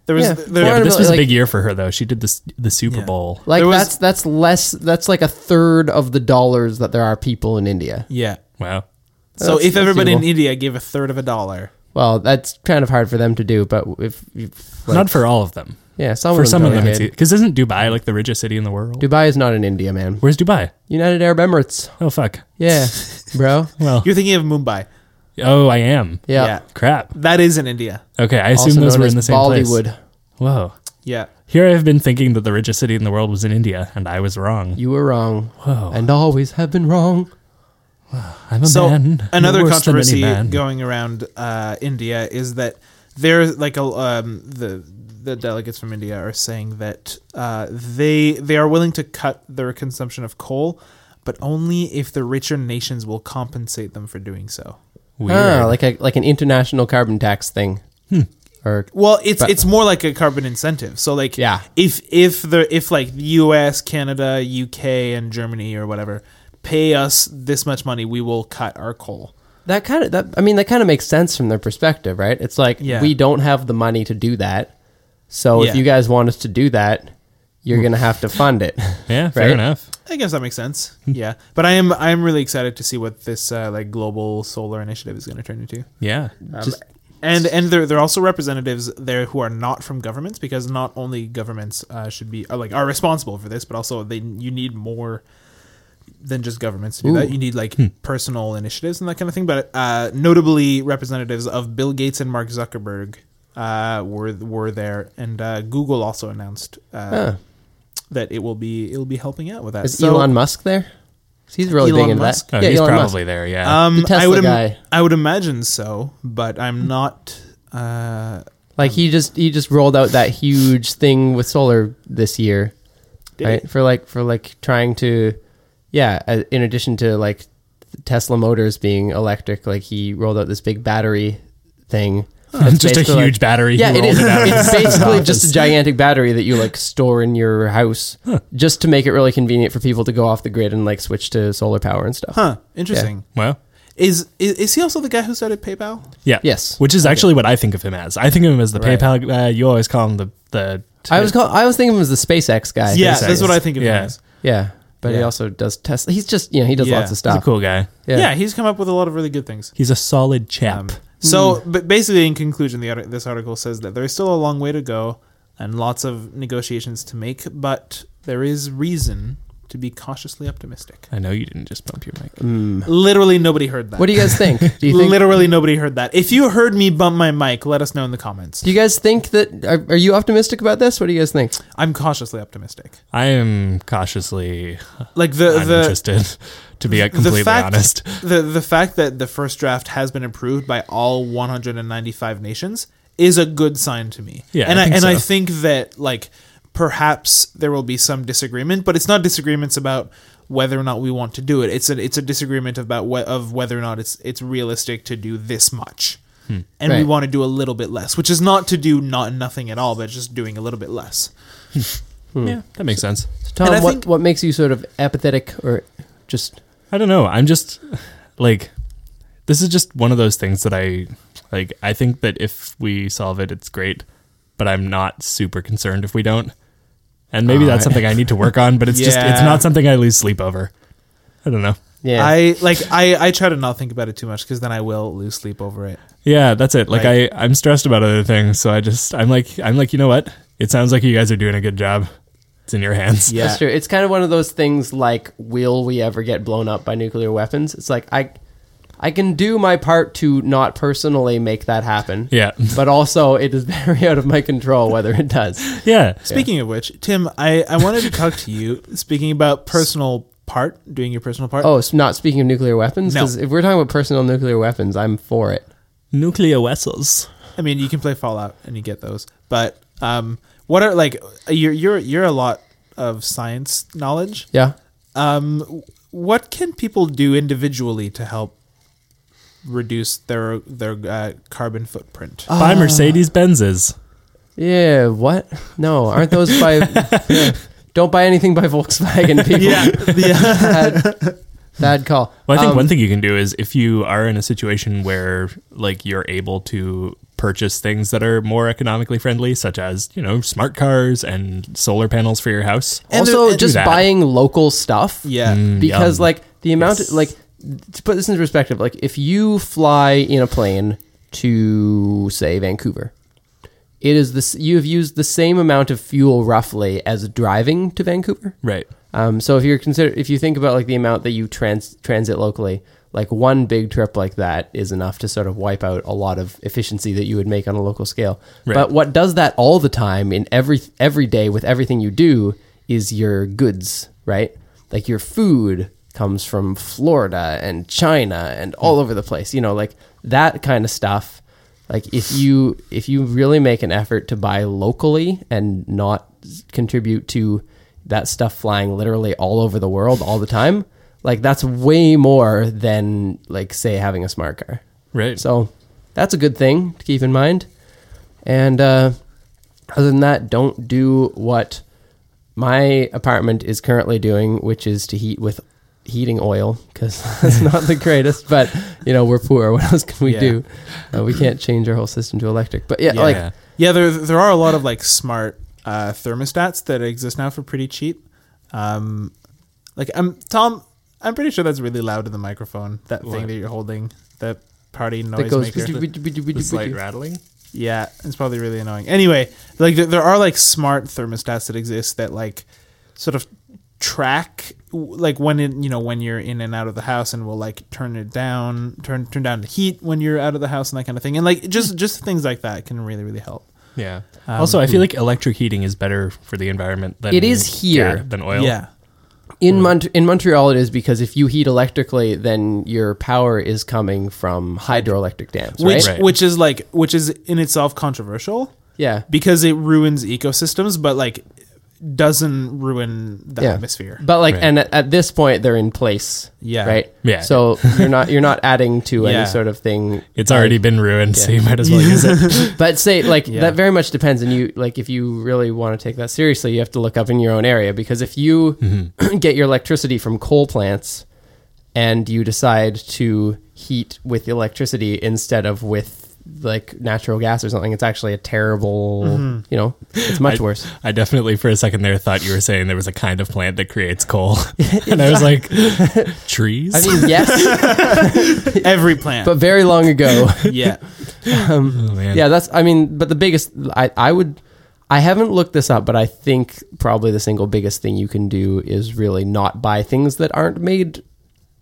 Speaker 1: There was
Speaker 2: Yeah.
Speaker 1: there,
Speaker 2: Yeah,
Speaker 3: But this
Speaker 2: but,
Speaker 3: was
Speaker 2: like-
Speaker 3: a big year for her though. She did this the Super
Speaker 1: Yeah.
Speaker 3: Bowl.
Speaker 2: Like
Speaker 1: There was-
Speaker 2: that's that's less. That's like a third of the dollars that there are people in India.
Speaker 1: yeah.
Speaker 3: Wow.
Speaker 1: So
Speaker 2: That's-
Speaker 1: if
Speaker 2: that's
Speaker 1: everybody in
Speaker 2: doable.
Speaker 1: India gave a third of a dollar,
Speaker 2: Well, that's kind of hard for them to do. But if, if like,
Speaker 3: Not for all of them.
Speaker 2: yeah, some
Speaker 3: for
Speaker 2: of them
Speaker 3: some of them,
Speaker 2: probably
Speaker 3: it's
Speaker 2: did.
Speaker 3: because isn't Dubai like the richest city in the world?
Speaker 2: Dubai is not in India, man.
Speaker 3: Where's Dubai?
Speaker 2: United Arab Emirates.
Speaker 3: Oh fuck. [LAUGHS]
Speaker 2: Yeah, bro.
Speaker 3: Well.
Speaker 1: you're thinking of Mumbai.
Speaker 3: oh, I am.
Speaker 2: [LAUGHS] Yeah.
Speaker 3: Crap.
Speaker 1: that is in India.
Speaker 3: Okay, I
Speaker 2: Also
Speaker 3: assume those
Speaker 2: known
Speaker 3: were
Speaker 2: as
Speaker 3: in the same
Speaker 2: Bollywood.
Speaker 3: place. Whoa.
Speaker 1: Yeah,
Speaker 3: Here I've been thinking that the richest city in the world was in India, and I was wrong.
Speaker 2: You were wrong,
Speaker 3: Whoa.
Speaker 2: and always have been wrong.
Speaker 3: I'm a
Speaker 1: so
Speaker 3: man.
Speaker 1: another
Speaker 3: worse than
Speaker 1: controversy
Speaker 3: any man.
Speaker 1: going around uh, India is that there's like a um, the the delegates from India are saying that uh, they they are willing to cut their consumption of coal, but only if the richer nations will compensate them for doing so.
Speaker 3: Weird. Hmm.
Speaker 2: Ah, like a like an international carbon tax thing. Or
Speaker 1: Well, it's
Speaker 2: But-
Speaker 1: it's more like a carbon incentive. So like
Speaker 2: Yeah.
Speaker 1: if if the if like the U.S., Canada, U.K., and Germany or whatever pay us this much money, we will cut our coal.
Speaker 2: that kind of that. I mean, that kind of makes sense from their perspective, right? It's like
Speaker 1: Yeah.
Speaker 2: we don't have the money to do that, so if
Speaker 1: Yeah.
Speaker 2: you guys want us to do that, you're gonna have to fund
Speaker 3: [LAUGHS]
Speaker 2: it.
Speaker 3: yeah, fair
Speaker 2: right?
Speaker 3: enough.
Speaker 1: I guess that makes sense.
Speaker 2: Hmm.
Speaker 1: yeah, but I am I am really excited to see what this uh, like global solar initiative is going to turn into.
Speaker 3: Yeah. Oh,
Speaker 1: Um, and and there there are also representatives there who are not from governments because not only governments uh, should be are like are responsible for this, but also they you need more than just governments to do that.
Speaker 2: Ooh. Hmm.
Speaker 1: You need like personal initiatives and that kind of thing. But uh, notably, representatives of Bill Gates and Mark Zuckerberg uh, were were there, and uh, Google also announced. Uh,
Speaker 2: Huh.
Speaker 1: That it will be it will be helping out with that.
Speaker 2: Is
Speaker 1: So-
Speaker 2: Elon Musk there? 'Cause He's really
Speaker 1: Elon
Speaker 2: big into
Speaker 1: Musk?
Speaker 2: that.
Speaker 3: Oh,
Speaker 2: yeah,
Speaker 3: he's
Speaker 2: Elon
Speaker 3: probably there. Yeah.
Speaker 1: Um,
Speaker 2: The Tesla
Speaker 1: I would im-
Speaker 2: guy.
Speaker 1: I would imagine so, but I'm not. Uh,
Speaker 2: Musk. Like he just he just rolled out that huge thing with solar this year,
Speaker 1: Did
Speaker 2: right? For like for like trying to, yeah. uh, In addition to like Tesla motors being electric, like he rolled out this big battery thing. that's
Speaker 3: just a huge
Speaker 2: basically, like-
Speaker 3: battery.
Speaker 2: Yeah,
Speaker 3: He
Speaker 2: it
Speaker 3: rolled
Speaker 2: is.
Speaker 3: It out of [LAUGHS]
Speaker 2: It's
Speaker 3: his
Speaker 2: basically
Speaker 3: office.
Speaker 2: just a gigantic battery that you like store in your house, just to make it really convenient for people to go off the grid and like switch to solar power and stuff.
Speaker 1: huh? Interesting.
Speaker 3: Well.
Speaker 1: Is, is is he also the guy who started PayPal?
Speaker 3: Yeah.
Speaker 2: Yes.
Speaker 3: Which is actually what I think of him as. I think of him as the
Speaker 2: Right.
Speaker 3: PayPal. Uh, you always call him the the.
Speaker 2: I was call- I was thinking of him as the SpaceX guy.
Speaker 1: yeah,
Speaker 3: SpaceX.
Speaker 1: that's what I think of him
Speaker 3: Yeah.
Speaker 1: as.
Speaker 2: Yeah. but he
Speaker 1: Yeah.
Speaker 2: also does test. He's just you know he does
Speaker 1: Yeah.
Speaker 2: lots of
Speaker 3: He's a
Speaker 2: stuff.
Speaker 3: cool guy.
Speaker 1: Yeah. he's come up with a lot of really good things. Um,
Speaker 3: He's a solid chap.
Speaker 1: So,
Speaker 2: Hmm.
Speaker 1: but basically, in conclusion, the arti- this article says that there is still a long way to go and lots of negotiations to make, but there is reason to be cautiously optimistic.
Speaker 3: I know you didn't just bump your
Speaker 1: Mm.
Speaker 3: mic.
Speaker 1: Literally, nobody heard that.
Speaker 2: What do you guys think? Do you think?
Speaker 1: Literally, nobody heard that. If you heard me bump my mic, let us know in the comments.
Speaker 2: do you guys think that are, are you optimistic about this? What do you guys think?
Speaker 1: I'm cautiously optimistic.
Speaker 3: I am cautiously
Speaker 1: Like the the
Speaker 3: uninterested, [LAUGHS] to be completely
Speaker 1: the fact,
Speaker 3: honest.
Speaker 1: [LAUGHS] The the fact that the first draft has been approved by all 195 nations is a good sign to me.
Speaker 3: Yeah,
Speaker 1: and
Speaker 3: I
Speaker 1: I,
Speaker 3: think
Speaker 1: and I
Speaker 3: so.
Speaker 1: think that like perhaps there will be some disagreement, but it's not disagreements about whether or not we want to do it. It's a it's a disagreement about wh- of whether or not it's it's realistic to do this much.
Speaker 3: Hmm.
Speaker 1: And we
Speaker 2: Right.
Speaker 1: want to do a little bit less, which is not to do not nothing at all, but just doing a little bit less. Hmm.
Speaker 3: Yeah, that makes sense.
Speaker 2: So Tom,
Speaker 1: And I
Speaker 2: what
Speaker 1: think-
Speaker 2: what makes you sort of apathetic or just
Speaker 3: I don't know. I'm just like this is just one of those things that I like I think that if we solve it it's great, but I'm not super concerned if we don't. And maybe
Speaker 2: Uh,
Speaker 3: that's something I need to work on, but it's just it's
Speaker 1: Yeah.
Speaker 3: not something I lose sleep over. I don't know.
Speaker 2: yeah?
Speaker 1: I like I I try to not think about it too much because then I will lose sleep over it.
Speaker 3: Yeah, that's it. Like
Speaker 1: Right.
Speaker 3: I I'm stressed about other things, so I just I'm like I'm like, you know what? It sounds like you guys are doing a good job. It's in your hands.
Speaker 1: Yeah.
Speaker 2: That's true. It's kind of one of those things like, will we ever get blown up by nuclear weapons? It's like I, I can do my part to not personally make that happen.
Speaker 3: Yeah.
Speaker 1: [LAUGHS]
Speaker 2: But also, it is [LAUGHS] very out of my control whether it does.
Speaker 3: Yeah.
Speaker 1: Speaking of which, Tim, I, I wanted to talk to you. Speaking about personal part, doing your personal part.
Speaker 2: Oh, so not speaking of nuclear weapons,
Speaker 1: No.
Speaker 2: because if we're talking about personal nuclear weapons, I'm for it.
Speaker 3: Nuclear vessels.
Speaker 1: I mean, you can play Fallout and you get those. But um, what are like you're you're you're a lot of science knowledge.
Speaker 2: Yeah.
Speaker 1: Um, what can people do individually to help reduce their their uh, carbon footprint?
Speaker 3: Buy Mercedes Benzes.
Speaker 2: Yeah. What? No, aren't those
Speaker 1: [LAUGHS]
Speaker 2: by? Yeah. Don't buy anything by Volkswagen, people.
Speaker 1: yeah, [LAUGHS] yeah,
Speaker 2: Bad, bad call.
Speaker 3: Well, I think
Speaker 2: Um,
Speaker 3: one thing you can do is if you are in a situation where like you're able to purchase things that are more economically friendly, such as you know smart cars and solar panels for your house.
Speaker 1: And
Speaker 2: also,
Speaker 1: there- and
Speaker 2: just
Speaker 3: that. Mm,
Speaker 2: buying local stuff.
Speaker 1: yeah.
Speaker 2: because
Speaker 3: yum.
Speaker 2: like the amount
Speaker 3: Yes.
Speaker 2: like to put this into perspective like if you fly in a plane to say vancouver it is this you have used the same amount of fuel roughly as driving to vancouver
Speaker 3: Right.
Speaker 2: um, so if you're consider if you think about like the amount that you trans transit locally like one big trip like that is enough to sort of wipe out a lot of efficiency that you would make on a local scale
Speaker 3: Right.
Speaker 2: but what does that all the time in every every day with everything you do is your goods right like your food comes from florida and china and all over the place you know like that kind of stuff like if you if you really make an effort to buy locally and not s- contribute to that stuff flying literally all over the world all the time like that's way more than like say having a smart car
Speaker 3: Right.
Speaker 2: so that's a good thing to keep in mind and uh, other than that don't do what my apartment is currently doing which is to heat with heating oil because [LAUGHS] that's not the greatest but you know we're poor [LAUGHS] what else can we
Speaker 1: Yeah.
Speaker 2: do uh, we can't change our whole system to electric but yeah, like
Speaker 3: Yeah.
Speaker 1: Yeah, there there are a lot of like smart uh, thermostats that exist now for pretty cheap. Um, like I'm Tom, I'm pretty sure that's really loud in the microphone. That thing
Speaker 3: What?
Speaker 1: that you're holding, that party noise
Speaker 2: that goes [LAUGHS]
Speaker 1: maker.
Speaker 3: [LAUGHS] the slight rattling.
Speaker 1: Yeah, it's probably really annoying. Anyway, like th- there are like smart thermostats that exist that like sort of track w- like when it, you know when you're in and out of the house and will like turn it down, turn turn down the heat when you're out of the house and that kind of thing. And like just just things like that can really really help.
Speaker 3: Yeah. also, I feel like electric heating is better for the environment than
Speaker 2: It is here.
Speaker 3: yeah, than oil.
Speaker 1: Yeah.
Speaker 2: in Mont- in Montreal it is because if you heat electrically then your power is coming from hydroelectric dams right,
Speaker 1: which
Speaker 3: Right.
Speaker 1: which is like which is in itself controversial
Speaker 2: yeah
Speaker 1: because it ruins ecosystems but like doesn't ruin the
Speaker 2: Yeah.
Speaker 1: atmosphere
Speaker 2: But like,
Speaker 3: Right.
Speaker 2: and at, at this point, they're in place.
Speaker 1: Yeah.
Speaker 2: Right.
Speaker 3: Yeah.
Speaker 2: So you're not you're not adding
Speaker 1: [LAUGHS]
Speaker 2: to
Speaker 1: Yeah.
Speaker 2: any sort of thing.
Speaker 3: It's already been ruined, so you might as well use
Speaker 2: [LAUGHS]
Speaker 3: it.
Speaker 2: But say like
Speaker 1: Yeah.
Speaker 2: that very much depends, and you like if you really want to take that seriously, you have to look up in your own area because if you
Speaker 3: Mm-hmm.
Speaker 2: [CLEARS THROAT] get your electricity from coal plants and you decide to heat with electricity instead of with like natural gas or something. It's actually a terrible,
Speaker 1: Mm-hmm.
Speaker 2: you know, it's much
Speaker 3: I-
Speaker 2: worse.
Speaker 3: I definitely, for a second there, thought you were saying there was a kind of plant that creates
Speaker 2: [LAUGHS]
Speaker 3: coal, [LAUGHS] and I was like, trees.
Speaker 2: I mean,
Speaker 1: [LAUGHS]
Speaker 2: yes,
Speaker 1: Every plant.
Speaker 2: but very long ago.
Speaker 1: yeah.
Speaker 3: oh, man.
Speaker 2: Um, Yeah, that's. I mean, but the biggest. I I would. I haven't looked this up, but I think probably the single biggest thing you can do is really not buy things that aren't made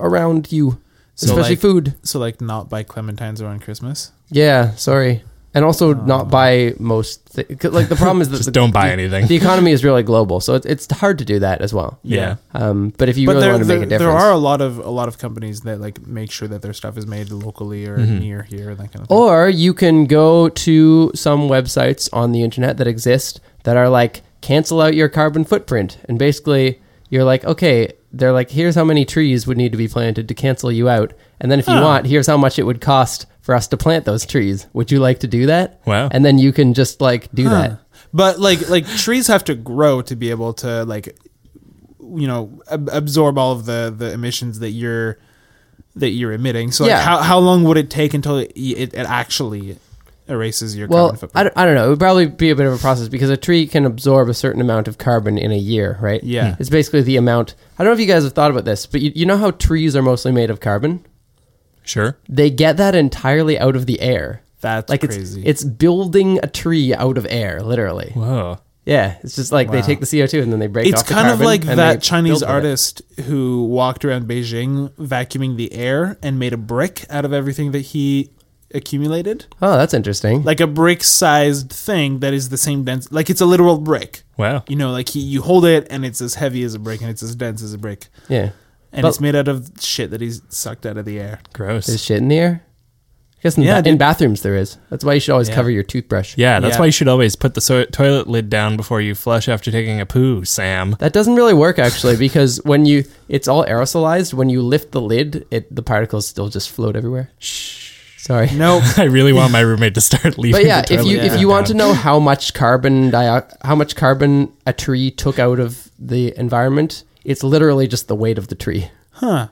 Speaker 2: around you, especially
Speaker 1: like-
Speaker 2: food.
Speaker 1: So like not buy clementines around Christmas.
Speaker 2: Yeah, sorry. And also not buy most. Th- 'cause, like the problem is that
Speaker 3: Just
Speaker 2: the,
Speaker 3: don't buy
Speaker 2: the-
Speaker 3: anything.
Speaker 2: The economy is really global, so it's it's hard to do that as well.
Speaker 3: Yeah.
Speaker 2: Um, but if you
Speaker 1: but
Speaker 2: really
Speaker 1: there,
Speaker 2: want to
Speaker 1: there,
Speaker 2: make a
Speaker 1: there
Speaker 2: difference,
Speaker 1: are a lot of a lot of companies that like make sure that their stuff is made locally or near here and that kind of thing.
Speaker 2: Or you can go to some websites on the internet that exist that are like cancel out your carbon footprint. And basically, you're like, okay, they're like, here's how many trees would need to be planted to cancel you out. And then if you want, here's how much it would cost for us to plant those trees. Would you like to do that?
Speaker 3: Wow.
Speaker 2: And then you can just like do
Speaker 1: Huh.
Speaker 2: that.
Speaker 1: But like like trees have to grow to be able to like you know ab- absorb all of the the emissions that you're that you're emitting. So like,
Speaker 2: Yeah.
Speaker 1: how how long would it take until it it, it actually erases your
Speaker 2: Well,
Speaker 1: carbon
Speaker 2: I
Speaker 1: footprint?
Speaker 2: don't, I don't know. It would probably be a bit of a process because a tree can absorb a certain amount of carbon in a year, right?
Speaker 1: Yeah.
Speaker 2: It's basically the amount. I don't know if you guys have thought about this, but you, you know how trees are mostly made of carbon?
Speaker 3: Sure.
Speaker 2: they get that entirely out of the air.
Speaker 1: That's
Speaker 2: like
Speaker 1: crazy.
Speaker 2: it's it's building a tree out of air, literally.
Speaker 3: Whoa.
Speaker 2: Yeah, it's just like they
Speaker 1: Wow.
Speaker 2: take the CO two and then they break.
Speaker 1: it's
Speaker 2: off the
Speaker 1: kind of
Speaker 2: carbon
Speaker 1: like
Speaker 2: and they
Speaker 1: that Chinese
Speaker 2: build with it.
Speaker 1: artist who walked around Beijing vacuuming the air and made a brick out of everything that he accumulated.
Speaker 2: Oh, that's interesting.
Speaker 1: Like a brick sized thing that is the same dense like it's a literal brick.
Speaker 3: Wow.
Speaker 1: You know, like he, you hold it and it's as heavy as a brick and it's as dense as a brick.
Speaker 2: yeah,
Speaker 1: And
Speaker 2: But-
Speaker 1: it's made out of shit that he's sucked out of the air. [LAUGHS]
Speaker 2: there's
Speaker 3: Gross.
Speaker 2: shit in the air. I guess in,
Speaker 1: Yeah,
Speaker 2: ba- in
Speaker 1: dude.
Speaker 2: bathrooms there is. That's why you should always
Speaker 1: Yeah.
Speaker 2: cover your toothbrush.
Speaker 3: Yeah, that's
Speaker 1: Yeah.
Speaker 3: why you should always put the so- toilet lid down before you flush after taking a poo, Sam. [LAUGHS]
Speaker 2: That doesn't really work actually because when you it's all aerosolized. When you lift the lid, it the particles still just float everywhere. Sorry.
Speaker 1: No,
Speaker 3: I really want my roommate to start leaving. [LAUGHS]
Speaker 2: But yeah,
Speaker 3: the
Speaker 2: if
Speaker 3: toilet
Speaker 2: you
Speaker 3: lid
Speaker 2: if you want to
Speaker 3: down.
Speaker 2: know how much carbon dio- how much carbon a tree took out of the environment, it's literally just the weight of the tree.
Speaker 1: huh?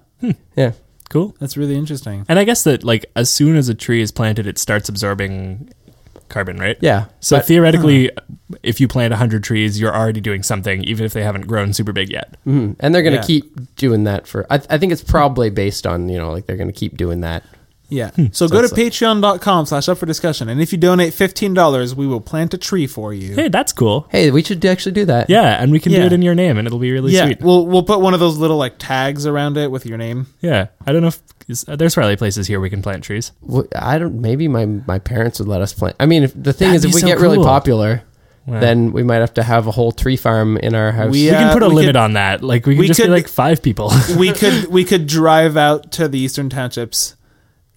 Speaker 2: Yeah.
Speaker 3: cool.
Speaker 1: That's really interesting.
Speaker 3: And I guess that like as soon as a tree is planted, it starts absorbing carbon, right?
Speaker 2: Yeah.
Speaker 3: So
Speaker 2: But-
Speaker 3: theoretically, if you plant 100 trees, you're already doing something, even if they haven't grown super big yet.
Speaker 2: Mhm. and they're going to
Speaker 1: Yeah.
Speaker 2: keep doing that for I, I think it's probably based on, you know, like they're going to keep doing that.
Speaker 1: Yeah. So go to
Speaker 2: it's
Speaker 1: patreon.com slash up for discussion. And if you donate $15, we will plant a tree for you.
Speaker 3: Hey, that's cool.
Speaker 2: Hey, we should actually do that.
Speaker 3: Yeah, and we can do
Speaker 1: Yeah.
Speaker 3: it in your name, and it'll be really
Speaker 1: yeah.
Speaker 3: sweet.
Speaker 1: We'll, we'll put one of those little like tags around it with your name.
Speaker 3: Yeah, I don't know if is, uh, there's probably places here we can plant trees.
Speaker 2: Wh- I don't maybe my my parents would let us plant. I mean, if, the thing is
Speaker 3: That'd
Speaker 2: if
Speaker 3: be
Speaker 2: we
Speaker 3: so
Speaker 2: get really
Speaker 3: cool.
Speaker 2: popular,
Speaker 3: Wow.
Speaker 2: then we might have to have a whole tree farm in our house.
Speaker 1: We,
Speaker 3: we
Speaker 1: Yeah,
Speaker 3: can put a
Speaker 1: we
Speaker 3: limit
Speaker 1: could-
Speaker 3: on that. Like we can
Speaker 1: we
Speaker 3: just be
Speaker 1: could-
Speaker 3: like five people. [LAUGHS]
Speaker 1: We could we could drive out to the eastern townships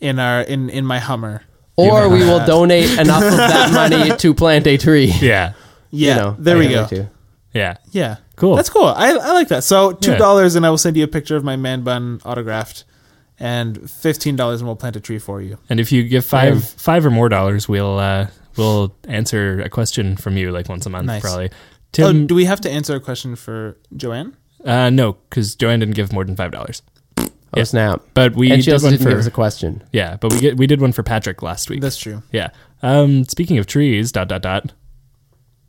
Speaker 1: in our in in my Hummer.
Speaker 2: or we
Speaker 1: Yeah.
Speaker 2: will donate enough of that money to plant a tree.
Speaker 3: yeah,
Speaker 1: Yeah. there
Speaker 2: I
Speaker 1: we
Speaker 2: can
Speaker 1: go.
Speaker 2: do too.
Speaker 3: yeah.
Speaker 1: Yeah.
Speaker 3: Cool.
Speaker 1: That's cool. I, I like that. So
Speaker 3: Yeah.
Speaker 1: two dollars and I will send you a picture of my man bun autographed, and fifteen dollars and we'll plant a tree for you.
Speaker 3: And if you give five
Speaker 2: Yeah.
Speaker 3: five or more dollars, we'll uh, we'll answer a question from you like once a month,
Speaker 1: Nice.
Speaker 3: probably.
Speaker 1: oh,
Speaker 3: Tim,
Speaker 1: do we have to answer a question for Joanne?
Speaker 3: uh, no, because Joanne didn't give more than five dollars.
Speaker 2: Oh
Speaker 3: Yeah.
Speaker 2: snap!
Speaker 3: But we
Speaker 2: and she
Speaker 3: did
Speaker 2: also
Speaker 3: one
Speaker 2: didn't
Speaker 3: for
Speaker 2: give us a question.
Speaker 3: yeah, but we get, we did one for Patrick last week.
Speaker 1: That's true.
Speaker 3: yeah. Um, speaking of trees, dot dot dot.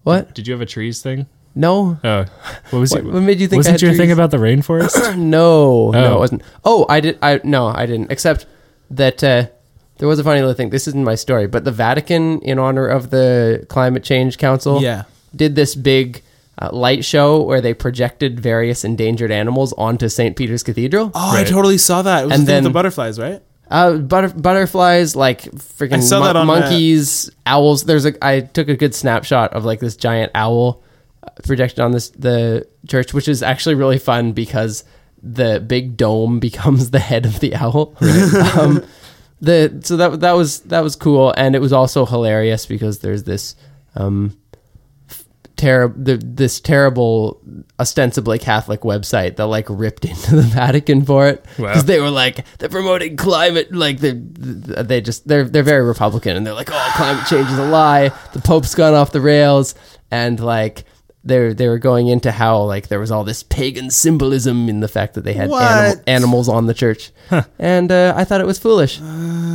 Speaker 2: What?
Speaker 3: Did you have a trees thing?
Speaker 2: No,
Speaker 3: Oh, what was
Speaker 2: What-
Speaker 3: it?
Speaker 2: what made you think I
Speaker 3: Wasn't
Speaker 2: had
Speaker 3: your
Speaker 2: trees?
Speaker 3: thing about the
Speaker 2: [COUGHS]
Speaker 3: rainforest?
Speaker 2: no, no,
Speaker 3: Oh.
Speaker 2: it wasn't. Oh, I did. I no, I didn't. Except that uh, there was a funny little thing. This isn't my story, but the Vatican, in honor of the Climate Change Council,
Speaker 1: Yeah.
Speaker 2: did this big. Uh, light show where they projected various endangered animals onto St. Peter's Cathedral.
Speaker 1: Oh, I
Speaker 3: Right.
Speaker 1: totally saw that. It was
Speaker 2: And
Speaker 1: the thing with
Speaker 2: then-
Speaker 1: the butterflies, right?
Speaker 2: Uh, butter- butterflies, like
Speaker 1: I
Speaker 2: freaking
Speaker 1: saw
Speaker 2: mon-
Speaker 1: that on, uh,
Speaker 2: monkeys, owls. There's a. I took a good snapshot of like this giant owl uh, projected on this the church, which is actually really fun because the big dome [LAUGHS] becomes the head of the owl. [LAUGHS] um, the so that that was that was cool, and it was also hilarious because there's this. Um, terrible the, this terrible ostensibly catholic website that like ripped [LAUGHS] into the vatican for it
Speaker 3: Wow.
Speaker 2: because they were like they're promoting climate like they they just they're they're very republican and they're like oh climate change is a lie the pope's gone off the rails and like they they were going into how like there was all this pagan symbolism in the fact that they had animal,
Speaker 1: What?
Speaker 2: animals on the church and uh, i thought it was foolish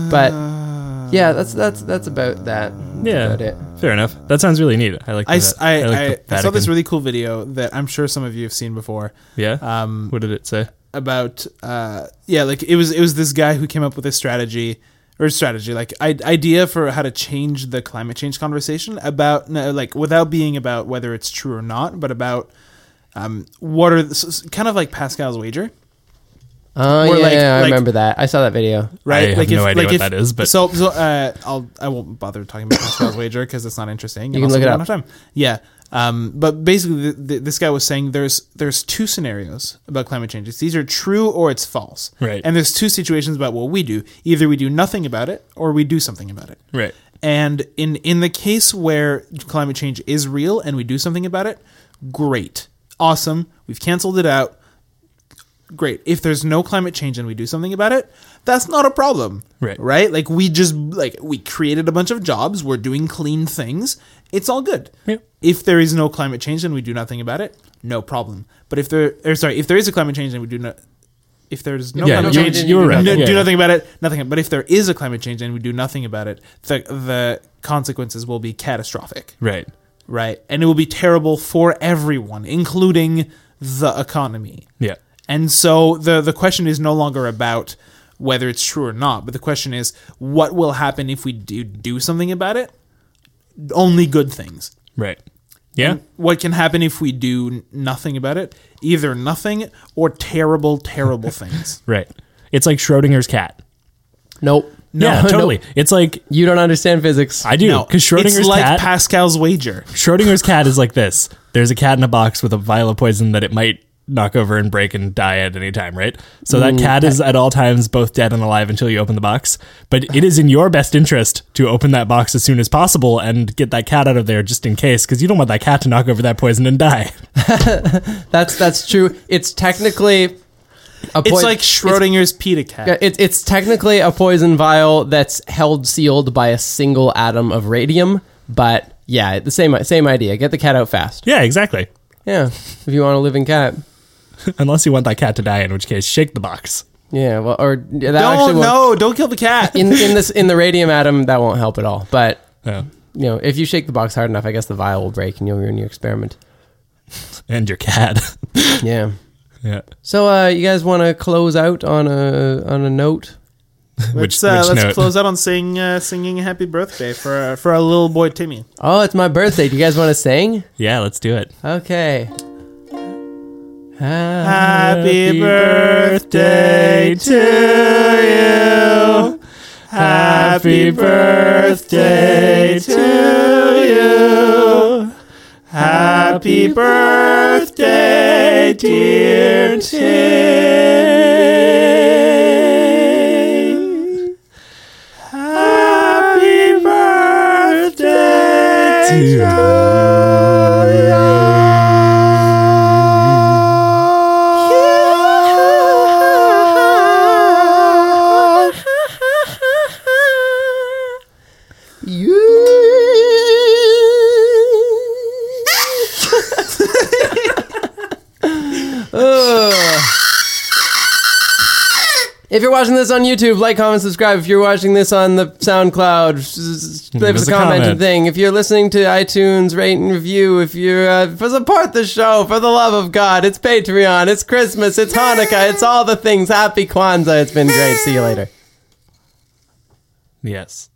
Speaker 2: but yeah, that's that's that's about that.
Speaker 3: Yeah,
Speaker 2: That's about it.
Speaker 3: fair enough. That sounds really neat. I like.
Speaker 1: I,
Speaker 3: that.
Speaker 1: s- I-
Speaker 3: like
Speaker 1: I-
Speaker 3: the
Speaker 1: I saw this
Speaker 3: Vatican.
Speaker 1: really cool video that I'm sure some of you have seen before.
Speaker 3: yeah.
Speaker 1: Um,
Speaker 3: what did it say?
Speaker 1: about uh yeah like it was it was this guy who came up with a strategy or strategy like I- idea for how to change the climate change conversation about no, like without being about whether it's true or not but about um what are the, s- s- kind of like pascal's wager
Speaker 2: Oh
Speaker 1: Or
Speaker 2: yeah,
Speaker 1: like-
Speaker 2: I
Speaker 1: like-
Speaker 2: remember that. I saw that video.
Speaker 1: right
Speaker 3: I have no idea what that is, but-
Speaker 1: so so uh i'll i won't bother talking about pascal's
Speaker 3: [LAUGHS]
Speaker 1: wager because it's not interesting and
Speaker 2: You can
Speaker 1: also
Speaker 2: look it
Speaker 1: we
Speaker 2: up.
Speaker 1: don't have time yeah um but basically th th this guy was saying there's there's two scenarios about climate change it's either true or it's false
Speaker 3: Right.
Speaker 1: and there's two situations about what we do either we do nothing about it or we do something about it
Speaker 3: Right.
Speaker 1: and in in the case where climate change is real and we do something about it great awesome we've canceled it out great. If there's no climate change and we do something about it, that's not a problem.
Speaker 3: Right.
Speaker 1: Right? Like we just like we created a bunch of jobs, we're doing clean things. It's all good.
Speaker 3: Yeah.
Speaker 1: If there is no climate change and we do nothing about it, no problem. But if there or sorry, if there is a climate change and we do not if there's no
Speaker 2: Yeah,
Speaker 1: climate
Speaker 2: you-
Speaker 1: change
Speaker 2: you were right.
Speaker 1: no-
Speaker 3: Yeah.
Speaker 1: do nothing about it, nothing. But if there is a climate change and we do nothing about it, the the consequences will be catastrophic
Speaker 3: Right.
Speaker 1: right? And it will be terrible for everyone, including the economy.
Speaker 3: Yeah.
Speaker 1: And so the the question is no longer about whether it's true or not, but the question is what will happen if we do do something about it? Only good things.
Speaker 3: Right. Yeah.
Speaker 1: What can happen if we do n- nothing about it? Either nothing or terrible,
Speaker 3: [LAUGHS]
Speaker 1: terrible things.
Speaker 3: Right. It's like Schrodinger's cat.
Speaker 2: [LAUGHS] Nope.
Speaker 3: yeah,
Speaker 2: no.
Speaker 3: totally. It's like
Speaker 2: You don't understand physics.
Speaker 3: I do
Speaker 1: No,
Speaker 3: because Schrodinger's
Speaker 1: it's like
Speaker 3: cat.
Speaker 1: Pascal's wager.
Speaker 3: Schrodinger's cat is like this. There's a cat in a box with a vial of poison that it might knock over and break and die at any time, right? So
Speaker 1: Mm,
Speaker 3: that cat is at all times both dead and alive until you open the box. But it is in your best interest to open that box as soon as possible and get that cat out of there just in case, because you don't want that cat to knock over that poison and die. [LAUGHS]
Speaker 2: That's that's true. It's technically a
Speaker 1: It's
Speaker 2: poi-
Speaker 1: like Schrodinger's Peter cat.
Speaker 2: It's, it's it's technically a poison vial that's held sealed by a single atom of radium. But yeah, the same same idea. Get the cat out fast.
Speaker 3: Yeah, exactly. [LAUGHS]
Speaker 2: Yeah, if you want a living cat.
Speaker 3: Unless you want that cat to die, in which case, shake the box.
Speaker 2: Yeah, well, or yeah, that actually
Speaker 1: Don't no,
Speaker 2: won't-
Speaker 1: don't kill the
Speaker 3: [LAUGHS]
Speaker 1: cat.
Speaker 2: in in this in the radium atom that won't help at all. But
Speaker 3: Oh,
Speaker 2: you know, if you shake the box hard enough, I guess the vial will break and you'll ruin your experiment.
Speaker 3: and your cat. [LAUGHS]
Speaker 2: Yeah.
Speaker 3: yeah.
Speaker 2: So uh, you guys want to close out on a on a note?
Speaker 1: let's
Speaker 3: Which,
Speaker 1: uh,
Speaker 3: which
Speaker 1: let's
Speaker 3: note?
Speaker 1: close out on sing, uh, singing "Happy Birthday" for our, for our little boy Timmy.
Speaker 2: Oh, it's my birthday. Do you guys want to sing?
Speaker 3: Yeah, let's do it.
Speaker 2: Okay.
Speaker 1: Happy birthday to you. Happy birthday to you. Happy birthday, dear Tim. Happy birthday to you.
Speaker 2: [LAUGHS] If you're watching this on YouTube, like, comment, subscribe. If you're watching this on the SoundCloud, s- s- leave us a comment and thing. If you're listening to iTunes, rate and review. If you're uh, for support the show, for the love of God, it's Patreon, it's Christmas, it's Hanukkah, it's all the things. Happy Kwanzaa. It's been great. See you later.
Speaker 3: Yes.